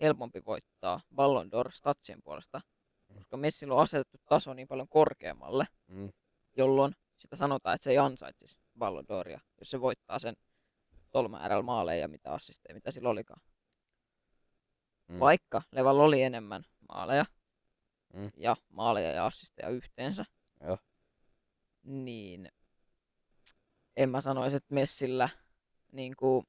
Speaker 3: helpompi voittaa Ballon d'Or statsien puolesta, koska Messillä on asetettu taso niin paljon korkeammalle,
Speaker 1: Mm.
Speaker 3: jolloin sitä sanotaan, että se ei ansaitsisi Ballon d'Oria, jos se voittaa sen tolmäärällä maaleja ja mitä assisteja, mitä sillä olikaan.
Speaker 1: Mm.
Speaker 3: Vaikka Levalla oli enemmän maaleja
Speaker 1: Mm.
Speaker 3: ja maaleja ja assisteja yhteensä,
Speaker 1: Joo.
Speaker 3: niin en mä sanoisi, että Messillä niin kuin,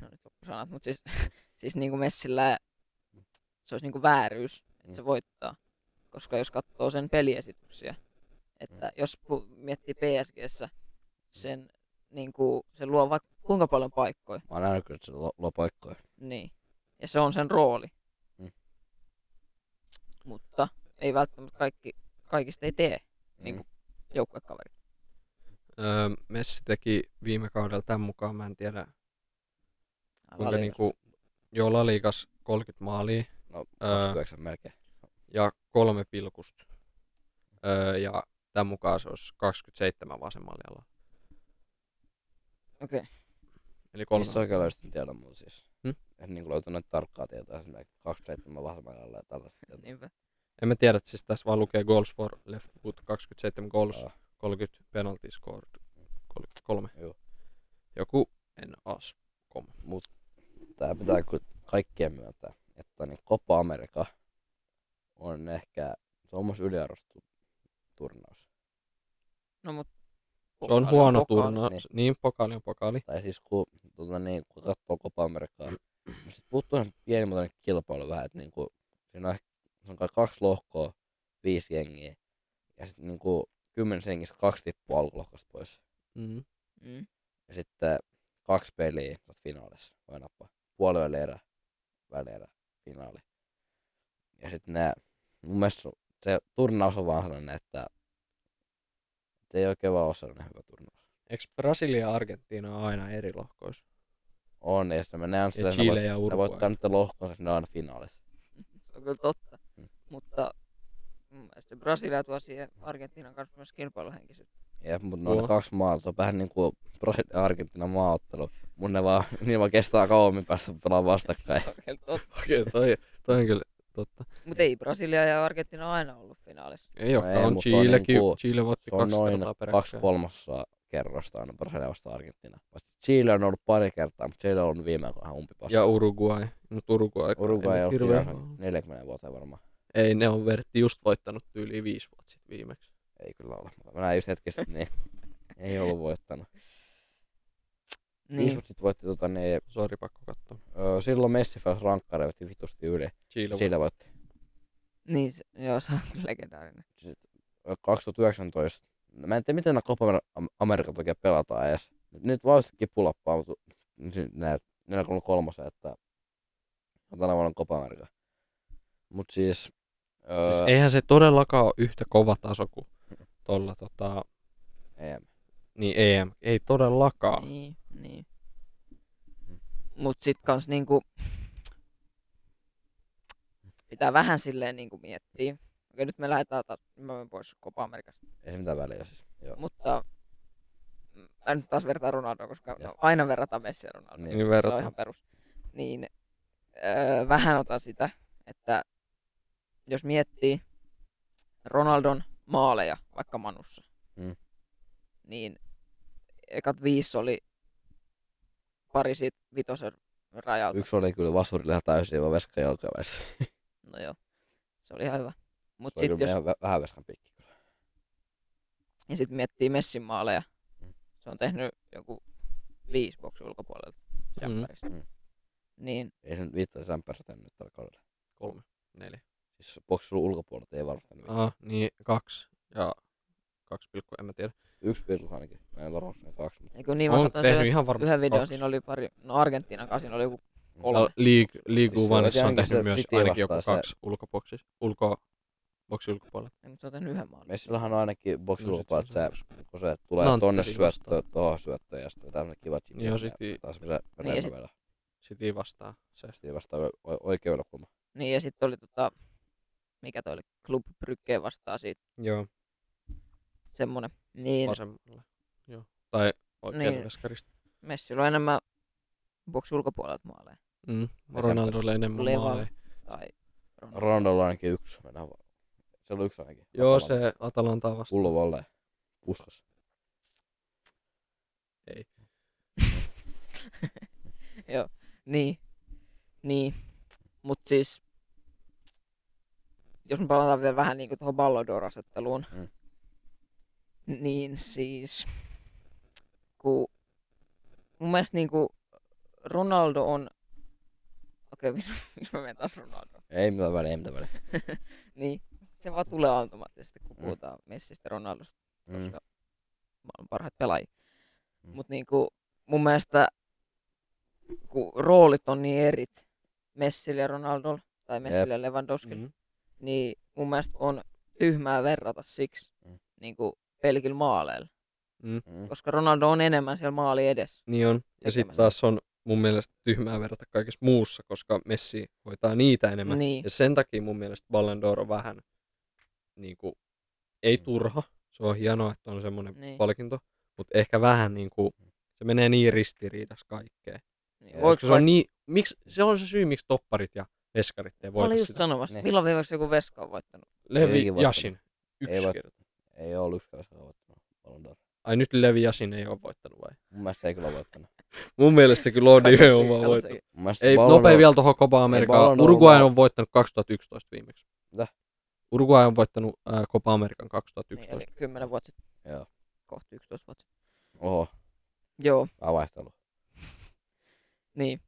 Speaker 3: no nyt loppusanat, mutta siis, <laughs> siis niin kuin Messillä se olisi niin kuin vääryys,
Speaker 1: Mm.
Speaker 3: että se voittaa. Koska jos katsoo sen peliesityksiä,
Speaker 1: Mm.
Speaker 3: että jos pu- miettii PSGssä, sen, niin kuin, se luo vaikka kuinka paljon paikkoja,
Speaker 1: Mä oon nähnyt kyllä, että se lo- luo paikkoja.
Speaker 3: niin. Ja se on sen rooli.
Speaker 1: Mm.
Speaker 3: Mutta ei välttämättä kaikki, kaikista ei tee Niin
Speaker 1: Mm.
Speaker 3: joukkuekaverit.
Speaker 2: Öö, Messi teki viime kaudella tämän mukaan, mä en tiedä kuinka
Speaker 3: Lalia.
Speaker 2: niinku, joo La Ligas 30 maalia
Speaker 1: No,
Speaker 2: Öö.
Speaker 1: 29 melkein.
Speaker 2: ja kolme pilkusta. Öö, ja tämän mukaan se olisi 27 vasemmalla jalalla.
Speaker 3: Okei.
Speaker 2: Eli kolme.
Speaker 1: Missä oikein löysin tiedon mun siis?
Speaker 2: Hmm?
Speaker 1: En niinku löytänyt tarkkaa tietoa, esimerkiksi 27 vasemmalla jalalla ja tällaista tietoa.
Speaker 3: Niinpä.
Speaker 2: En mä tiedä, että siis tässä vaan lukee goals for left foot 27 goals,
Speaker 1: Joo.
Speaker 2: 30 penalty scored, 33.
Speaker 1: Joo.
Speaker 2: Joku en as.
Speaker 1: Tää pitää kyllä kaikkien myöntää, että niin Copa America on ehkä, se on myös yliarvostettu turnaus.
Speaker 3: No, mut
Speaker 2: Se on huono
Speaker 3: pokaali.
Speaker 2: turnaus.
Speaker 1: niin.
Speaker 2: Niin. niin, pokaali on pokaali.
Speaker 1: Tai siis kun, tota niin, kun katsoo Copa Americaa, niin sit puuttuu ihan pienimuotoinen kilpailu vähän, että niinku, siinä on ehkä se on kai kaksi lohkoa, viisi jengiä, ja sitten niinku kymmenessä jengistä kaksi tippuu alkulohkosta pois.
Speaker 2: Mm.
Speaker 3: Mm.
Speaker 1: Ja sitten kaksi peliä oot finaalissa, voi nappaa. Puoliväli erä, välierä, finaali. Ja sitten nää, mun mielestä se- se turnaus on vaan sellainen, että se ei oikein vaan ole sellainen hyvä turnaus.
Speaker 2: Eikö Brasilia ja Argentiina ole aina eri lohkoissa?
Speaker 1: On, ja sitten menee aina
Speaker 2: Ja
Speaker 1: silleen,
Speaker 2: Chile ja
Speaker 1: ne voittaa
Speaker 2: Uruguay.
Speaker 1: nyt lohkonsa, ne on aina finaalissa.
Speaker 3: Se on kyllä totta.
Speaker 1: Mm.
Speaker 3: Mutta mun mielestä Brasilia tuo siihen Argentiinan kanssa myös kilpailuhenkisyyttä.
Speaker 1: Jep, mut ne on ne
Speaker 2: Joo.
Speaker 1: kaksi maata, se on vähän niinku Brasil- ja Argentiinan maaottelu. Mun ne vaan, <laughs> niin vaan kestää kauemmin päästä pelaamaan vastakkain.
Speaker 3: Se on kyllä totta.
Speaker 2: Okei, okay, toi, toi on kyllä totta.
Speaker 3: Mutta ei Brasilia ja Argentiina aina ollut finaalissa.
Speaker 2: Ei
Speaker 1: No ei,
Speaker 2: olekaan, on
Speaker 1: mutta on
Speaker 2: Chilekin.
Speaker 1: niinku-
Speaker 2: Chile voitti
Speaker 1: Se on
Speaker 2: kaksi
Speaker 1: noin
Speaker 2: kertaa
Speaker 1: kaksi
Speaker 2: peräkkäin.
Speaker 1: kolmasosaa kerrosta aina Brasilia vastaan Argentiina. Vasta Chile on ollut pari kertaa, mutta Chile on ollut viime aikoina ihan umpipaska.
Speaker 2: ja Uruguay. Mutta Uruguay,
Speaker 1: Uruguay
Speaker 2: ei
Speaker 1: on
Speaker 2: hirveä-
Speaker 1: ollut 40 vuotta varmaan.
Speaker 2: Ei, ne on Vertti just voittanut yli viisi vuotta sitten viimeksi.
Speaker 1: Ei kyllä ole. Mä näin just hetkistä, niin <laughs> ei ollut voittanut. Niin. Viisi
Speaker 3: Niin.
Speaker 1: vuotta sitten voitti tota, niin,
Speaker 2: Sori, pakko katsoa.
Speaker 1: ö, silloin Messi pääsi rankkareja, veti vitusti yli.
Speaker 2: Chile, Chile.
Speaker 1: Chile voitti.
Speaker 3: Niin, se, joo, se on kyllä legendaarinen.
Speaker 1: sit 2019. No, Siis, Mä en tiedä, miten nämä Copa Amer- Amerikan takia pelataan edes. Nyt vaustikin pulappaa, mutta si- nää- näillä kun on niin kolmosen, että on tänä vuonna Copa America. Mut siis, öö,
Speaker 2: Siis eihän se todellakaan ole yhtä kova taso kuin tuolla tota,
Speaker 1: EM.
Speaker 2: niin EM. Ei todellakaan.
Speaker 3: Niin, niin. Mm. Mut sit kans niinku pitää vähän silleen niinku miettiä. Okei, nyt me lähdetään taas, mä menen pois Copa Amerikasta.
Speaker 1: Ei se mitään väliä siis. Joo.
Speaker 3: Mutta mä nyt taas vertaan Ronaldoa, koska
Speaker 1: Joo.
Speaker 3: no, aina verrataan Messi ja Ronaldoa.
Speaker 1: Niin.
Speaker 2: Niin
Speaker 3: Se on
Speaker 2: verrataan.
Speaker 3: ihan perus. Niin öö, vähän otan sitä, että jos miettii Ronaldon maaleja vaikka Manussa,
Speaker 1: Mm.
Speaker 3: niin ekat viisi oli pari siitä vitosen
Speaker 1: <laughs>
Speaker 3: rajalta.
Speaker 1: Yksi oli kyllä vasurille ihan täysin, vaan veska jalkoja välissä.
Speaker 3: No joo. Se oli ihan hyvä. Mut
Speaker 1: Se on
Speaker 3: sit
Speaker 1: kyllä
Speaker 3: jos,
Speaker 1: ihan vä- vähän veskan pikki. kyllä.
Speaker 3: ja sit miettii Messin maaleja.
Speaker 1: Mm.
Speaker 3: Se on tehnyt joku viisi boksi ulkopuolelta
Speaker 2: Mm.
Speaker 3: Jäppärissä.
Speaker 1: Mm.
Speaker 3: Niin,
Speaker 1: Ei se nyt viittaa sämpärsä tänne nyt tällä kaudella.
Speaker 2: Kolme. Neljä.
Speaker 1: Siis boksin ulkopuolelta ei varmasti mitään.
Speaker 2: Ah, niin, kaksi. Ja kaksi pilkku, en mä tiedä.
Speaker 1: Yksi pilku ainakin. Mä en varmaan sen kaksi, mutta
Speaker 3: eikö niin mä
Speaker 2: on
Speaker 3: katsoin
Speaker 2: tehnyt
Speaker 3: sen
Speaker 2: ihan varmasti
Speaker 3: yhden videon,
Speaker 2: kaksi.
Speaker 3: siinä oli pari, no Argentiinan kanssa siinä oli joku kolme.
Speaker 2: Ja League, League
Speaker 1: Siis se
Speaker 2: Oneissa
Speaker 1: oli ainakin
Speaker 2: on
Speaker 3: niin
Speaker 2: tehnyt
Speaker 1: se
Speaker 2: myös
Speaker 1: City
Speaker 2: ainakin joku
Speaker 1: vastaan se-
Speaker 2: kaksi ulkoboksissa. Ulko, boksi ulkopuolella.
Speaker 3: Niin, mutta se on tehnyt yhden maalin.
Speaker 1: Messillahan on ainakin boksin
Speaker 2: No sit
Speaker 1: ulkopuolelta
Speaker 2: se on
Speaker 1: se, kun se tulee
Speaker 2: Nantteri
Speaker 1: tonne
Speaker 2: vastaan.
Speaker 1: syöttö, tuohon syöttö ja sitten tämmönen kiva chip.
Speaker 2: Joo, sit i-
Speaker 1: Taas se
Speaker 3: Niin, ja sit-
Speaker 1: remä vielä.
Speaker 2: City vastaan. Se.
Speaker 1: Sitten vastaan o- oikeudella kulma.
Speaker 3: Niin ja sitten oli tota, mikä toi oli, Club Brygge vastaa siitä,
Speaker 2: Joo,
Speaker 3: semmonen. Niin,
Speaker 2: vasemmalla. Joo. Tai oikein
Speaker 3: Niin.
Speaker 2: niin. veskarista.
Speaker 3: Messillä on enemmän boksi ulkopuolelta maaleja.
Speaker 2: Mm.
Speaker 1: Vai
Speaker 2: Ronaldolle enemmän
Speaker 3: Leva.
Speaker 2: No maaleja.
Speaker 3: Tai Ronaldo.
Speaker 1: Ronaldo on ainakin yksi. Mennään vaan. Se oli yksi ainakin.
Speaker 2: Joo,
Speaker 1: Atalanta.
Speaker 2: se Atalantaa vastaan.
Speaker 1: Pullo Valle. Puskas.
Speaker 3: Niin. Niin. Mut siis, jos me palataan vielä vähän niinku tuohon Ballodor-asetteluun,
Speaker 1: Mm.
Speaker 3: niin siis, ku mun mielestä niinku Ronaldo on, okei, <laughs> okay, miksi mä menen taas Ronaldo?
Speaker 1: Ei mitään väliä, ei mitään väliä.
Speaker 3: niin, se vaan tulee automaattisesti, kun
Speaker 1: Mm.
Speaker 3: puhutaan Messistä ja Ronaldosta
Speaker 1: Mm.
Speaker 3: koska maailman parhaat pelaajia.
Speaker 1: Mm.
Speaker 3: Mutta niinku, mun mielestä kun roolit on niin erit Messillä ja Ronaldolla tai Messillä ja Lewandowskilla,
Speaker 2: Mm.
Speaker 3: niin mun mielestä on tyhmää verrata siksi
Speaker 1: Mm.
Speaker 3: niinku pelkillä maaleilla,
Speaker 1: Mm.
Speaker 3: koska Ronaldo on enemmän siellä maali edessä.
Speaker 2: Niin on. Ja sitten
Speaker 3: tekemässä.
Speaker 2: taas on mun mielestä tyhmää verrata kaikessa muussa, koska Messi hoitaa niitä enemmän.
Speaker 3: Niin.
Speaker 2: Ja sen takia mun mielestä Ballon d'Or on vähän, niin kuin, ei turha, se on hienoa, että on semmoinen
Speaker 3: Mm. Niin.
Speaker 2: palkinto, mutta ehkä vähän niin kuin, se menee niin ristiriidas kaikkeen.
Speaker 3: Niin,
Speaker 1: Ja
Speaker 3: voiko
Speaker 2: Koska se on, niin, miksi, se on se syy, miksi topparit ja veskarit ei
Speaker 3: Mä olin
Speaker 2: voita
Speaker 3: just
Speaker 2: sitä.
Speaker 3: sanomassa,
Speaker 1: Niin.
Speaker 3: milloin viimeksi joku veska on voittanut?
Speaker 2: Levi
Speaker 1: Eikin voittanut.
Speaker 2: Jasin, yksi
Speaker 1: voittanut.
Speaker 2: kerta.
Speaker 1: Ei oo ollut yksikään se voittanut. Ballon d'Or.
Speaker 2: Ai nyt Levi Jasin ei ole voittanut vai?
Speaker 1: Mun mielestä ei kyllä ole voittanut.
Speaker 2: Mun mielestä se kyllä on nimenomaan
Speaker 3: Sekin-
Speaker 2: voittanut.
Speaker 3: sekin.
Speaker 1: Mun mielestä
Speaker 2: Ei,
Speaker 1: Ballon
Speaker 2: nopea
Speaker 1: d'Or-
Speaker 2: vielä tuohon Copa Amerikaan.
Speaker 1: Ballon d'Or
Speaker 2: Uruguay
Speaker 1: vaan-
Speaker 2: on voittanut 2011 viimeksi.
Speaker 1: Mitä?
Speaker 2: Uruguay on voittanut äh, Copa Amerikan
Speaker 3: Niin,
Speaker 2: 2011.
Speaker 3: eli 10 vuotta sitten.
Speaker 1: Joo.
Speaker 3: Kohta 11 vuotta sitten.
Speaker 1: Oho,
Speaker 3: Joo.
Speaker 1: mä oon vaihtellut.
Speaker 3: Niin.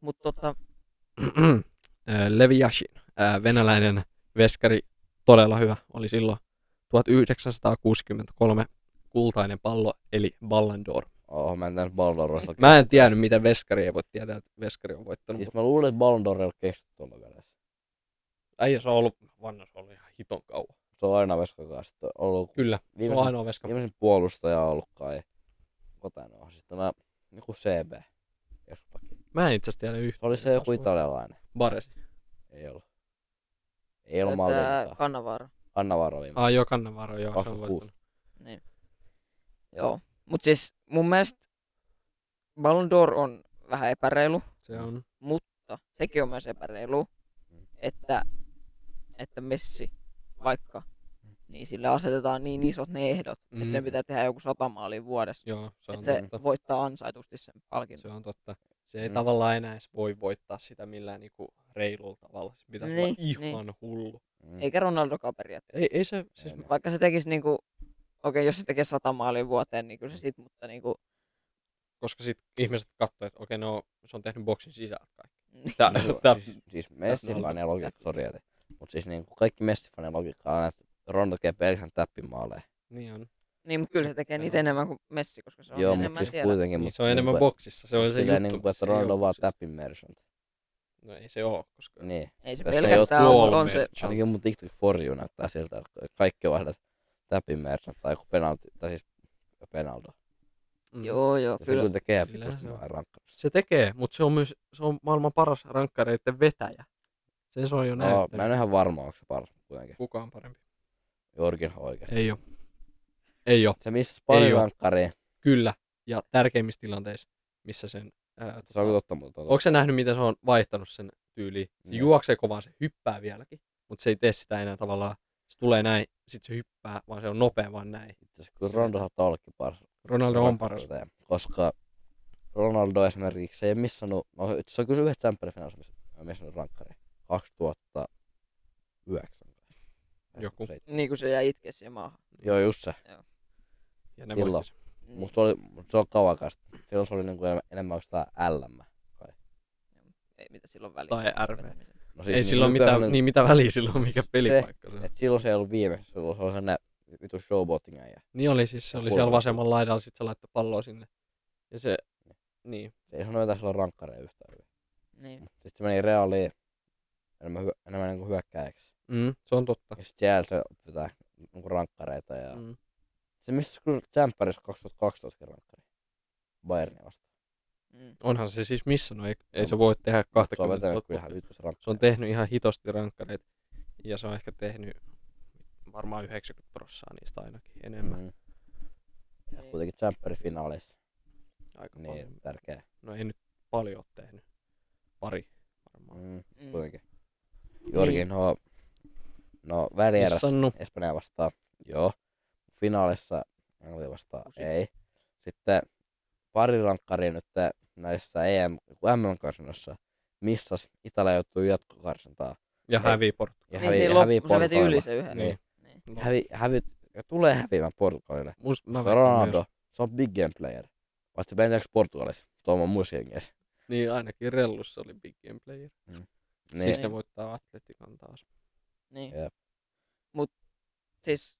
Speaker 3: Mutta tota,
Speaker 1: Niin,
Speaker 2: <clears throat> Äh, Levi Yashin, äh, venäläinen veskari, todella hyvä, oli silloin 1963 kultainen pallo, eli Ballon d'Or.
Speaker 1: Oho, mä en tänne Ballon d'Orilla.
Speaker 2: Mä en tiennyt, mitä veskari ei voi tietää, että veskari on voittanut,
Speaker 1: Siis
Speaker 2: mutta
Speaker 1: mä luulen, että Ballon d'Orilla kesti tuolla vielä.
Speaker 2: äijä se on ollut, vanna se on ollut ihan hiton kauan.
Speaker 1: Se on aina Veskan kanssa sitten ollut
Speaker 2: Kyllä, se on
Speaker 1: viimeisen,
Speaker 2: ainoa veska.
Speaker 1: viimeisen puolustaja on ollut kai kotona. Siis tämä joku CB. keskipakki.
Speaker 2: Mä en itse asiassa tiedä yhtään.
Speaker 1: Se oli se joku italialainen.
Speaker 2: Baresi.
Speaker 1: Ei ollut. Ei ollut
Speaker 3: tää
Speaker 1: Malvinikaan.
Speaker 3: Kannavaara.
Speaker 1: Anna Varo viime.
Speaker 2: Ah, joo, Kannavaro, joo, se on
Speaker 1: 26.
Speaker 2: voittanut.
Speaker 3: Niin. Joo. Mut siis mun mielestä Ballon d'Or on vähän epäreilu,
Speaker 2: Se on.
Speaker 3: mutta sekin on myös epäreilu,
Speaker 1: Mm.
Speaker 3: että, että Messi vaikka, niin sille asetetaan niin isot ne ehdot, mm. että sen pitää tehdä joku sata maalia vuodessa.
Speaker 2: Joo, se on
Speaker 3: Että se
Speaker 2: totta.
Speaker 3: voittaa ansaitusti sen palkinnon.
Speaker 2: Se on totta. Se ei
Speaker 1: Mm.
Speaker 2: tavallaan enää edes voi voittaa sitä millään niinku reilulla tavalla. Se pitäisi niin, olla
Speaker 3: Niin,
Speaker 2: ihan hullu.
Speaker 1: Mm.
Speaker 3: Eikä Ronaldokaan periaatteessa.
Speaker 2: Ei, ei se, siis,
Speaker 1: Ei niin.
Speaker 3: Vaikka se tekisi niinku, okei jos se tekee sata maalia vuoteen, niin kyllä se sit, mutta niinku,
Speaker 2: koska sit ihmiset katsoo, että okei, no, se on tehnyt boksin sisältä kaikki.
Speaker 3: Niin.
Speaker 2: Tää,
Speaker 1: Niinku,
Speaker 2: tää,
Speaker 1: siis, siis Messi-fanien logiikka, sori jäti. Mut siis niinku kaikki Messi-fanien logiikka on, aina, että Ron tekee pelkästään täppimaaleja.
Speaker 2: niin on.
Speaker 3: niin, mutta kyllä se tekee niitä
Speaker 2: Joo.
Speaker 3: enemmän kuin Messi, koska se on
Speaker 1: Joo, mutta
Speaker 3: enemmän
Speaker 1: siis
Speaker 3: siellä.
Speaker 1: kuitenkin.
Speaker 2: Niin,
Speaker 1: mut
Speaker 2: se on enemmän
Speaker 1: niinku, et-
Speaker 2: boksissa, se on se juttu.
Speaker 1: silleen niinku,
Speaker 2: se
Speaker 1: että
Speaker 2: ei oo
Speaker 1: Ron on vaan
Speaker 2: boksissa.
Speaker 1: täppin merchant.
Speaker 2: No ei se oo, koska...
Speaker 1: Niin.
Speaker 3: Ei se
Speaker 1: Tässä ei
Speaker 3: pelkästään
Speaker 1: oo
Speaker 3: on,
Speaker 2: tuolla
Speaker 3: on se,
Speaker 2: merch.
Speaker 1: Ainakin mun TikTok for you näyttää siltä, että kaikki vaihdat täpin merchant tai joku penalti, tai siis penaldo.
Speaker 2: Mm.
Speaker 3: joo joo,
Speaker 1: Ja se
Speaker 3: kyllä.
Speaker 1: kun tekee
Speaker 2: Sillähän
Speaker 1: pitusti
Speaker 2: se on.
Speaker 1: vaan rankkaa.
Speaker 2: Se tekee, mutta se on myös se on maailman paras rankkareiden vetäjä. Sen se on jo
Speaker 1: No,
Speaker 2: näyttänyt.
Speaker 1: mä en ole ihan varma, onko se paras kuitenkin.
Speaker 2: Kuka on parempi?
Speaker 1: Jorgin oikeasti.
Speaker 2: Ei oo. Ei oo.
Speaker 1: Se missä pari
Speaker 2: Ei oo.
Speaker 1: rankkaria.
Speaker 2: Kyllä. Ja tärkeimmissä tilanteissa, missä sen... Ää, tota,
Speaker 1: Se on kyllä totta, mutta
Speaker 2: Onko se nähnyt, miten se on vaihtanut sen tyyliin? Se
Speaker 1: Joo.
Speaker 2: juoksee kovaa, se hyppää vieläkin, mutta se ei tee sitä enää tavallaan. Se tulee näin, sitten se hyppää, vaan se on nopea vaan näin.
Speaker 1: Itse kun Rondo saattaa ollakin paras.
Speaker 2: Ronaldo on paras.
Speaker 1: rankkareja, Koska Ronaldo esimerkiksi se ei missannut, no itse asiassa on kyllä yhdet tämpärifinaalissa missannut rankkari. 2000, yhdeksän. Tai
Speaker 2: Joku.
Speaker 1: seit-
Speaker 3: Niin kuin se jäi itkeä siihen maahan.
Speaker 1: Joo, just se.
Speaker 2: Ja ne
Speaker 1: Silloin. Siis
Speaker 2: voitti sen.
Speaker 3: Niin.
Speaker 1: Mutta se oli, mut se on kauakas. Silloin se oli niinku enemmän, enemmän sitä LM.
Speaker 3: Ei mitä silloin väliä.
Speaker 2: Tai RV.
Speaker 1: No
Speaker 2: Ei
Speaker 1: niinku
Speaker 2: silloin mitään,
Speaker 1: nykyään-
Speaker 2: niin mitä väliä silloin, mikä
Speaker 1: Se-
Speaker 2: pelipaikka se on.
Speaker 1: Et silloin se ei ollut viime, silloin se oli sellainen vitu showboating ja
Speaker 2: Niin oli siis, se oli
Speaker 1: Kuuluu.
Speaker 2: siellä vasemmalla laidalla, sit se laittoi palloa sinne. Ja se, niin,
Speaker 1: se ei sanonut, että sillä on rankkareja yhtään. hyvin.
Speaker 3: Niin.
Speaker 1: Sitten se meni reaaliin enemmän, hyö, enemmän niinku hyökkääjäksi.
Speaker 2: mm, se on totta.
Speaker 1: Ja sitten siellä se pitää niinku rankkareita ja... Mm.
Speaker 2: Mm.
Speaker 1: Se missä kyllä Champerissa 2012 rankkari. Bayernia vastaan.
Speaker 3: Mm.
Speaker 2: Onhan se siis missannut, ei, ei se voi tehdä
Speaker 1: No, Se on
Speaker 2: 20
Speaker 1: vetänyt kyllä
Speaker 2: ottelua.
Speaker 1: ihan vittu se
Speaker 2: Se on
Speaker 1: rankkari.
Speaker 2: tehnyt ihan hitosti rankkareita ja se on ehkä tehnyt varmaan 90 prossaa niistä ainakin enemmän.
Speaker 1: Mm. Ja kuitenkin Champerin finaaleissa.
Speaker 2: Aika
Speaker 1: Niin,
Speaker 2: paljon.
Speaker 1: tärkeä.
Speaker 2: No ei nyt paljon ole tehnyt. Pari varmaan.
Speaker 1: Mm.
Speaker 3: Mm.
Speaker 1: Kuitenkin.
Speaker 2: Niin.
Speaker 1: Jorgin no, no välierässä
Speaker 2: Missannut.
Speaker 1: Espanja vastaan, joo. Finaalissa Englanti vastaan,
Speaker 3: Kusi.
Speaker 1: ei. Sitten pari rankkaria nyt näissä E EM, MM-karsinnoissa missas Italia joutuu jatkokarsintaan.
Speaker 2: Ja
Speaker 1: Ei.
Speaker 2: hävii Portugalille.
Speaker 1: Ja
Speaker 3: Niin, se, ei
Speaker 1: hävi, hävi
Speaker 3: loppu, se veti
Speaker 1: Portugalille.
Speaker 3: yli se yhden.
Speaker 1: Niin.
Speaker 3: Niin.
Speaker 1: Hävi, hävi, ja tulee häviämään Portugalille.
Speaker 2: Must, No. mä
Speaker 1: Se on
Speaker 2: veikkaan
Speaker 1: Ronaldo,
Speaker 2: myös.
Speaker 1: se on big game player. Paitsi Benjax Portugalissa, Tuomo muissa jengeissä.
Speaker 2: Niin ainakin Rellussa oli big game player.
Speaker 1: Niin,
Speaker 2: Siis
Speaker 1: siis,
Speaker 2: ne voittaa Atletikan taas.
Speaker 3: Niin.
Speaker 1: Jep.
Speaker 3: Mut siis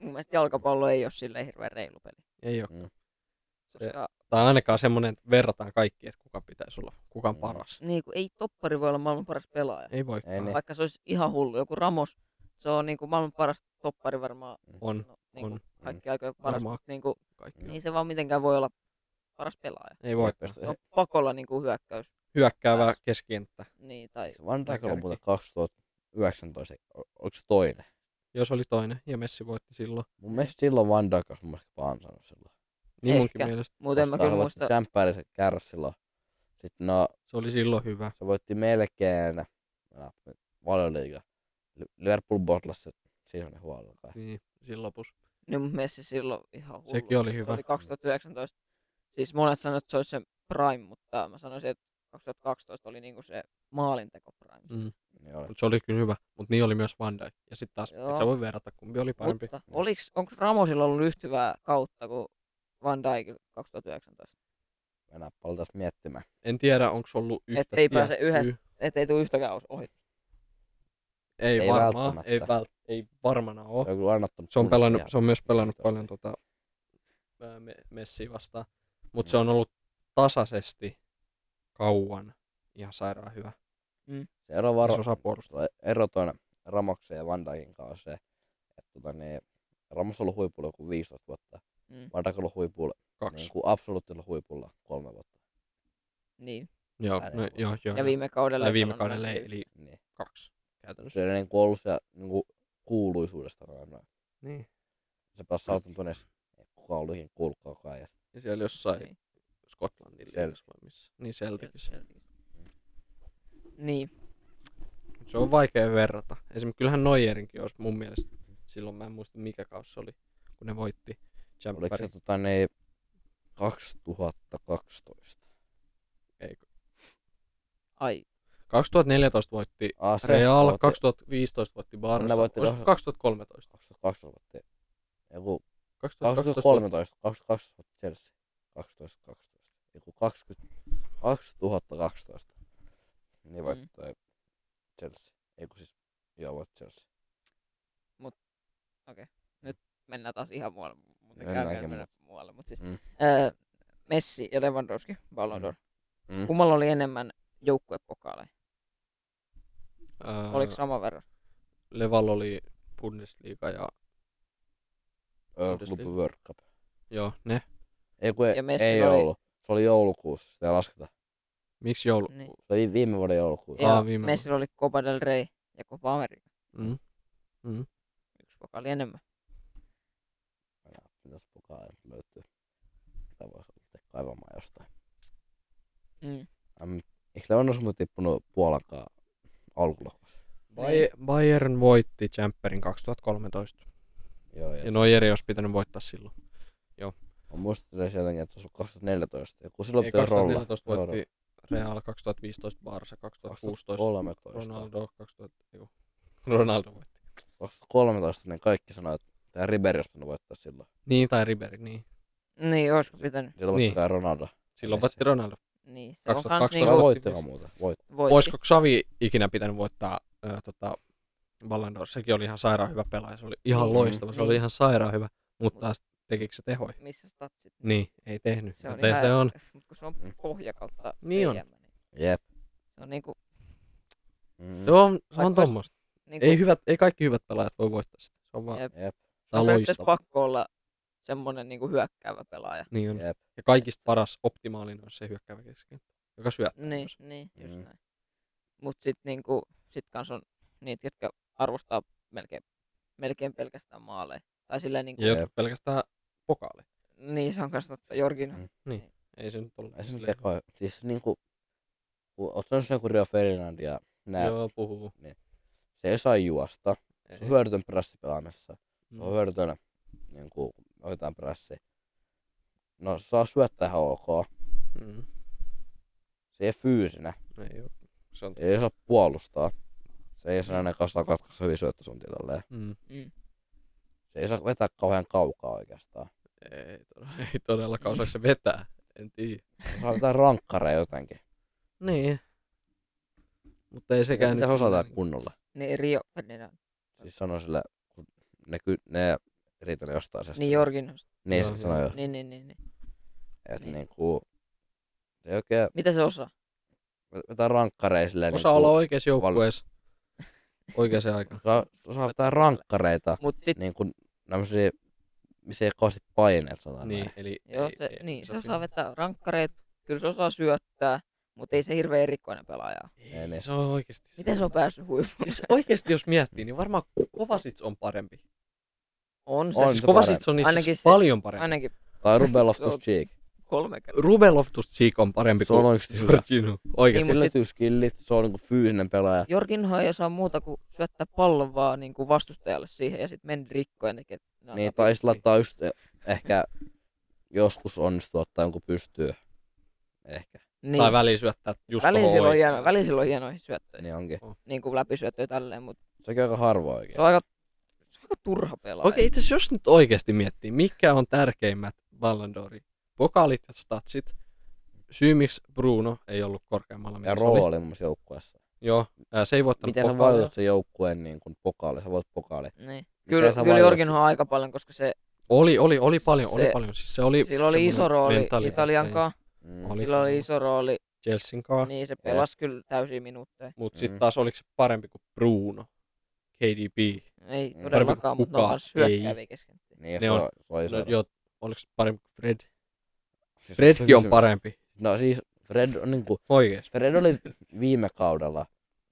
Speaker 3: mun mielestä jalkapallo ei ole silleen hirveän reilu peli.
Speaker 2: Ei oo.
Speaker 1: Mm.
Speaker 2: Se,
Speaker 3: Koska
Speaker 2: tai ainakaan semmonen, että verrataan kaikki, että kuka pitäisi olla, kuka on
Speaker 1: Mm.
Speaker 2: paras.
Speaker 3: niin kuin, ei toppari voi olla maailman paras pelaaja.
Speaker 2: Ei voi.
Speaker 1: Ei niin.
Speaker 3: Vaikka se olisi ihan hullu. Joku Ramos, se on niin kuin maailman paras toppari varmaan.
Speaker 2: On,
Speaker 3: No, niin
Speaker 2: on.
Speaker 3: kuin kaikki aikojen paras.
Speaker 2: Varmaan.
Speaker 3: mut Niin kuin,
Speaker 2: Kaikki.
Speaker 1: Joo.
Speaker 3: ei se vaan mitenkään voi olla paras pelaaja.
Speaker 2: Ei voi.
Speaker 3: Se on pakolla niin kuin hyökkäys.
Speaker 2: Hyökkäävää
Speaker 3: Pääs.
Speaker 2: keskenttä.
Speaker 3: Niin, tai
Speaker 1: Van Dijk on
Speaker 2: Kärki.
Speaker 1: muuten 2019, o- oliko se toinen?
Speaker 2: Jos oli toinen ja Messi voitti silloin,
Speaker 1: Mun mielestä silloin Van Dijk olisi mun mielestä ansainnut silloin.
Speaker 2: niin munkin
Speaker 3: Ehkä.
Speaker 2: mielestä
Speaker 3: muuten mä kyllä muistan.
Speaker 1: Kämppäriset kärräs silloin. Sitten no,
Speaker 2: se oli silloin hyvä.
Speaker 1: se voitti melkein no, valioliiga. Li- Liverpool botlas se seasonin huolella kai.
Speaker 2: Niin, silloin lopussa.
Speaker 3: Niin mun mielestä se silloin ihan hullu.
Speaker 2: Sekin oli hyvä.
Speaker 3: Se oli 2019. Siis monet sanoivat, että se olisi se prime, mutta mä sanoisin, että 2012 oli niinku se maalinteko prime.
Speaker 2: Mm.
Speaker 1: Niin oli.
Speaker 2: Mutta se oli kyllä hyvä, mutta niin oli myös Van Dijk. Ja sitten taas,
Speaker 3: Joo.
Speaker 2: et sä voi verrata, kumpi oli parempi.
Speaker 3: Mutta oliks, onko Ramosilla ollut yhtä hyvää kautta kuin Van Dijk 2019?
Speaker 1: Mennään paljon taas miettimään.
Speaker 2: En tiedä, onko ollut yhtä.
Speaker 3: ei
Speaker 2: tie-
Speaker 3: pääse yhdestä.
Speaker 2: Y-
Speaker 3: Et ei tule yhtäkään os- ohi.
Speaker 2: ei,
Speaker 1: Ei
Speaker 2: ei varmaan,
Speaker 1: välttämättä.
Speaker 2: ei, vält, ei varmana ole.
Speaker 1: Se on kyllä annattanut
Speaker 2: Oh. Se on,
Speaker 1: kunnossa
Speaker 2: pelannut,
Speaker 1: ihan
Speaker 2: se on myös pelannut
Speaker 1: hitosti.
Speaker 2: paljon tota, ää, me, Messiä vastaan, mutta se on ollut tasaisesti kauan ihan sairaan hyvä.
Speaker 1: Se ero
Speaker 2: Varo. Se
Speaker 1: varo...
Speaker 2: osaa puolustaa.
Speaker 1: tuo ero tuon Ramoksen ja Van Dijkin kanssa on se, että tota, niin, Ramos on ollut huipulla joku 15 vuotta.
Speaker 3: Mm.
Speaker 1: Van Dijk on ollut huipulla,
Speaker 2: Kaksi.
Speaker 1: niin kuin absoluuttisella huipulla kolme vuotta.
Speaker 3: Niin.
Speaker 2: Joo,
Speaker 1: Älä
Speaker 2: no,
Speaker 1: voi.
Speaker 2: joo, joo.
Speaker 3: Ja viime kaudella.
Speaker 2: tai viime
Speaker 3: sanonut,
Speaker 2: kaudella ei,
Speaker 3: että
Speaker 2: eli
Speaker 1: Niin.
Speaker 2: kaksi käytännössä.
Speaker 1: Se on niin kuin ollut siellä niin kuin kuuluisuudesta. Noin.
Speaker 2: Niin.
Speaker 1: se pelasi Southamptonissa, ei kukaan ollut ikinä kuullut koko ajan.
Speaker 2: Ja siellä jossain
Speaker 3: Niin.
Speaker 2: Skotlannin
Speaker 1: Sel-
Speaker 2: liigassa vai missä. Niin Celticissa.
Speaker 3: Niin.
Speaker 2: Mut Se on vaikea verrata. Esimerkiksi kyllähän Neuerinkin olisi mun mielestä, silloin mä en muista mikä kausi se oli, kun ne voitti
Speaker 1: Oliko
Speaker 2: Jampari.
Speaker 1: se tota, niin 2012?
Speaker 2: Ei,
Speaker 3: Ai.
Speaker 2: 2014 voitti
Speaker 1: Ah, se
Speaker 2: Real,
Speaker 1: voitti-
Speaker 2: 2015 voitti Barca,
Speaker 1: Ne voitti
Speaker 2: olisiko
Speaker 1: kahdeksan-
Speaker 2: 2013.
Speaker 1: 2012 voitti. Joku
Speaker 2: 2013.
Speaker 1: 2013, 2012 voitti Chelsea. 12, 12. Joku 20, 2012. Niin voitti
Speaker 3: Mm.
Speaker 1: toi Chelsea. Ei kun siis, joo voitti Chelsea.
Speaker 3: mennään taas ihan muualle, mutta
Speaker 1: Mennäänkin
Speaker 3: käykää mennä
Speaker 1: muualle.
Speaker 3: muualle. Mut siis,
Speaker 1: Mm.
Speaker 3: mm. öö, Messi ja Lewandowski, Ballon d'Or.
Speaker 1: Mm.
Speaker 3: Kummalla oli enemmän joukkuepokaaleja?
Speaker 2: Ää,
Speaker 3: Oliko sama verran?
Speaker 2: Leval oli Bundesliga ja
Speaker 1: Öö,
Speaker 2: Bundesliga.
Speaker 1: Club World Cup.
Speaker 2: joo, ne.
Speaker 1: Ei kun ei,
Speaker 3: Ja Messi
Speaker 1: ei
Speaker 3: oli-
Speaker 1: ollut. Se oli joulukuussa, sitä ei lasketa.
Speaker 2: Miksi joulu?
Speaker 3: Niin.
Speaker 1: Se oli viime vuoden joulukuussa.
Speaker 2: Aa,
Speaker 3: Ja
Speaker 2: viime
Speaker 3: Messillä oli Copa del Rey ja Copa America.
Speaker 2: Mm.
Speaker 3: Yksi pokaali enemmän.
Speaker 1: Mitäs kukaan löytyy? Sitä voisi lähteä kaivamaan jostain.
Speaker 3: Mm.
Speaker 1: Mm. Eikö Levanos muuten tippunut Puolankaan alkulokussa? Niin.
Speaker 2: Bay- Bayern voitti Champerin 2013.
Speaker 1: Joo,
Speaker 2: Ja
Speaker 1: ja
Speaker 2: Neuer olisi pitänyt voittaa silloin.
Speaker 1: mä muistin edes jotenkin, että se on 2014. Joku silloin
Speaker 2: Ei,
Speaker 1: pitää rolla.
Speaker 2: 2014 voitti Real 2015, Barca 2016,
Speaker 1: 2013.
Speaker 2: Ronaldo 2000, eiku, Ronaldo voitti.
Speaker 1: 2013 niin kaikki sanoi, että tämä Riberi olisi pitänyt voittaa silloin.
Speaker 2: Niin, tai Riberi, niin.
Speaker 3: Niin, olisiko pitänyt.
Speaker 1: Silloin
Speaker 2: Niin.
Speaker 1: niin. voittaa Ronaldo.
Speaker 2: Silloin
Speaker 1: Messi.
Speaker 2: voitti Ronaldo.
Speaker 3: Niin, se on kans
Speaker 2: 2012
Speaker 1: Niin,
Speaker 3: niinku
Speaker 2: Ronaldo voitti
Speaker 1: voittiko
Speaker 2: myös.
Speaker 1: muuta? Voitti.
Speaker 3: voitti.
Speaker 2: Olisiko Xavi ikinä pitänyt voittaa ö, tota, Ballon d'Or? Sekin oli ihan sairaan hyvä pelaaja. Se oli ihan
Speaker 1: Mm.
Speaker 2: loistava. Se oli
Speaker 3: Niin.
Speaker 2: ihan sairaan hyvä. Mutta taas tekikö se tehoja?
Speaker 3: Missä statsit?
Speaker 2: Niin, ei tehnyt.
Speaker 3: Se on,
Speaker 2: Joten se on. Mm.
Speaker 3: Mut kun se on pohja kautta
Speaker 2: Niin on.
Speaker 3: VM, niin
Speaker 1: Jep.
Speaker 3: Se on niinku,
Speaker 1: Mm.
Speaker 2: Se on, se on
Speaker 3: Vaikka olisi-
Speaker 2: tommoista.
Speaker 3: niinku
Speaker 2: Ei, hyvät, ei kaikki hyvät pelaajat voi voittaa sitä. Se on vaan
Speaker 3: Jep.
Speaker 1: Jep.
Speaker 2: tää on
Speaker 3: periaatteessa
Speaker 2: loistava.
Speaker 3: pakko olla semmonen niinku hyökkäävä pelaaja.
Speaker 2: Niin on.
Speaker 1: Jep.
Speaker 2: Ja kaikista paras optimaalinen on se hyökkäävä keskikenttä, joka syö.
Speaker 3: Niin, niin, just
Speaker 1: Mm.
Speaker 3: näin. Mut sit niinku, sit kans on niitä, jotka arvostaa melkein, melkein pelkästään maaleja. Tai silleen niinku,
Speaker 2: Ja
Speaker 1: Jep.
Speaker 2: jotkut pelkästään pokaali.
Speaker 3: niin se on kans totta, Jorginho.
Speaker 1: Mm.
Speaker 2: Ei se nyt ollut.
Speaker 1: Ei se nyt
Speaker 2: silleen-
Speaker 1: tekoa. Siis niinku, kun oot sanonut sen kuin Rio Ferdinand ja nää,
Speaker 2: Joo, puhuu.
Speaker 1: se ei saa juosta.
Speaker 2: Ei.
Speaker 1: Se on hyödytön prässipelaamassa. Se on
Speaker 2: Mm.
Speaker 1: hyödytön, niin kuin otetaan prässi. No se saa syöttää ihan ok.
Speaker 2: Mm.
Speaker 1: Se ei fyysinä.
Speaker 2: Ei oo. Se on...
Speaker 1: Se ei saa puolustaa. Se ei saa ainakaan saa katkaista hyvin syöttösuuntia tolleen.
Speaker 2: Mm.
Speaker 3: Mm.
Speaker 1: Se ei saa vetää kauhean kaukaa oikeastaan.
Speaker 2: Ei, todella, <laughs> ei todellakaan osaa se vetää. En tiedä.
Speaker 1: Se saa vetää rankkareja jotenkin.
Speaker 2: Niin. Mutta ei sekään
Speaker 1: Pitäis osata
Speaker 2: silleen
Speaker 1: kunnolla.
Speaker 3: Niin Rio Ferdinand.
Speaker 1: Siis sanoi sille, kun ne, ky- ne riitelee jostain asiasta.
Speaker 3: Niin Jorginhosta.
Speaker 1: Niin
Speaker 2: Joo,
Speaker 1: se sanoi jo.
Speaker 3: Niin, niin, niin, niin.
Speaker 1: Että
Speaker 3: Niin.
Speaker 1: niinku, se ei oikein
Speaker 3: Mitä se osaa?
Speaker 1: vetää rankkareja silleen. niin
Speaker 2: niinku- Osaa olla oikeassa joukkueessa. Oikeaan
Speaker 1: <laughs>
Speaker 2: aikaan.
Speaker 1: osaa, osaa vetää rankkareita.
Speaker 3: Mut sit,
Speaker 1: Niin kuin tämmösiä, missä ei kovasti paineet sanotaan
Speaker 2: Niin,
Speaker 1: näin.
Speaker 2: eli...
Speaker 3: joo,
Speaker 2: ei-
Speaker 3: se,
Speaker 2: ei-
Speaker 3: niin, se
Speaker 2: ei-
Speaker 3: osaa vetää rankkareet, kyllä se osaa syöttää, mutta ei se hirveän erikoinen pelaaja. oo.
Speaker 1: Ei
Speaker 2: Ei,
Speaker 1: niin.
Speaker 2: se on oikeesti...
Speaker 3: Miten se on päässyt huipulle?
Speaker 2: Siis oikeesti jos miettii, niin varmaan Kovacic on parempi.
Speaker 3: On se,
Speaker 1: On
Speaker 2: Siis
Speaker 1: se
Speaker 2: Kovacic on niistä
Speaker 3: Ainakin
Speaker 2: siis
Speaker 3: se-
Speaker 2: paljon parempi.
Speaker 3: ainakin
Speaker 1: Tai Rubel of
Speaker 3: Se on-
Speaker 1: the Cheek.
Speaker 3: kolme kertaa.
Speaker 2: Ruben Loftus-Cheek on parempi
Speaker 1: Se on
Speaker 2: kuin
Speaker 1: oikeesti
Speaker 2: <laughs>
Speaker 1: hyvä.
Speaker 2: Jorginho. Oikeesti.
Speaker 3: Niin,
Speaker 1: Sillä
Speaker 3: mut sit-
Speaker 1: löytyy skillit, se on niinku fyysinen pelaaja.
Speaker 3: Jorginho ei osaa muuta kuin syöttää pallon vaan niin kuin vastustajalle siihen ja sitten meni rikkoen tekee. No,
Speaker 1: Niin, tai sillä laittaa just eh, ehkä joskus onnistuu ottaa jonkun pystyy. Ehkä.
Speaker 3: niin.
Speaker 2: Tai väliin syöttää just
Speaker 3: Välillä
Speaker 2: tohon
Speaker 3: sillä on,
Speaker 2: oikeaan.
Speaker 3: hieno, välillä sillä on hienoja syöttöjä, niin.
Speaker 1: Niin onkin.
Speaker 3: niin kuin läpisyöttöjä tälleen, mutta
Speaker 1: Sekin on aika harvoin
Speaker 3: se
Speaker 1: oikein.
Speaker 3: on aika, se on aika turha pelaaja.
Speaker 2: Okei, itse asiassa jos nyt oikeasti miettii, mikä on tärkeimmät Ballon d'Ori? Pokaalit ja statsit. Syy, miksi Bruno ei ollut korkeammalla.
Speaker 1: Ja
Speaker 2: mitä se oli.
Speaker 1: rooli mun mielestä joukkueessa.
Speaker 2: Joo, ää, se ei voittanut
Speaker 1: Miten sä
Speaker 2: pokaalia.
Speaker 1: valitut sen joukkueen niin kuin pokaali? Sä voit pokaali.
Speaker 3: Niin.
Speaker 1: Miten
Speaker 3: Kyllä,
Speaker 1: sä
Speaker 3: kyllä
Speaker 1: valitut
Speaker 3: Jorginho on aika paljon, koska se,
Speaker 2: Oli, oli, oli paljon, oli
Speaker 3: Se-
Speaker 2: paljon. Siis se oli
Speaker 3: sillä oli iso
Speaker 2: semmoinen
Speaker 3: rooli
Speaker 2: mentaliteetti.
Speaker 3: Italian kanssa,
Speaker 1: sen? Mm.
Speaker 2: Oli.
Speaker 3: sillä oli iso rooli,
Speaker 2: Chelsean kanssa, niin.
Speaker 3: niin se pelasi kyllä täysiä minuutteja.
Speaker 2: mutta sitten
Speaker 1: Mm.
Speaker 2: taas oliko se parempi kuin Bruno, KDB.
Speaker 3: Ei
Speaker 1: Mm.
Speaker 3: todellakaan, mutta ne on
Speaker 2: Kukaan
Speaker 3: myös hyökkääviä kesken.
Speaker 1: Niin,
Speaker 2: Ne
Speaker 1: se
Speaker 2: on-
Speaker 1: on, se on iso
Speaker 2: No,
Speaker 1: ero.
Speaker 2: joo, oliko se parempi kuin Fred?
Speaker 1: Siis
Speaker 2: Fredkin on
Speaker 1: kysymys.
Speaker 2: parempi,
Speaker 1: No siis Fred on niinku,
Speaker 2: oikeesti.
Speaker 1: Fred oli viime kaudella,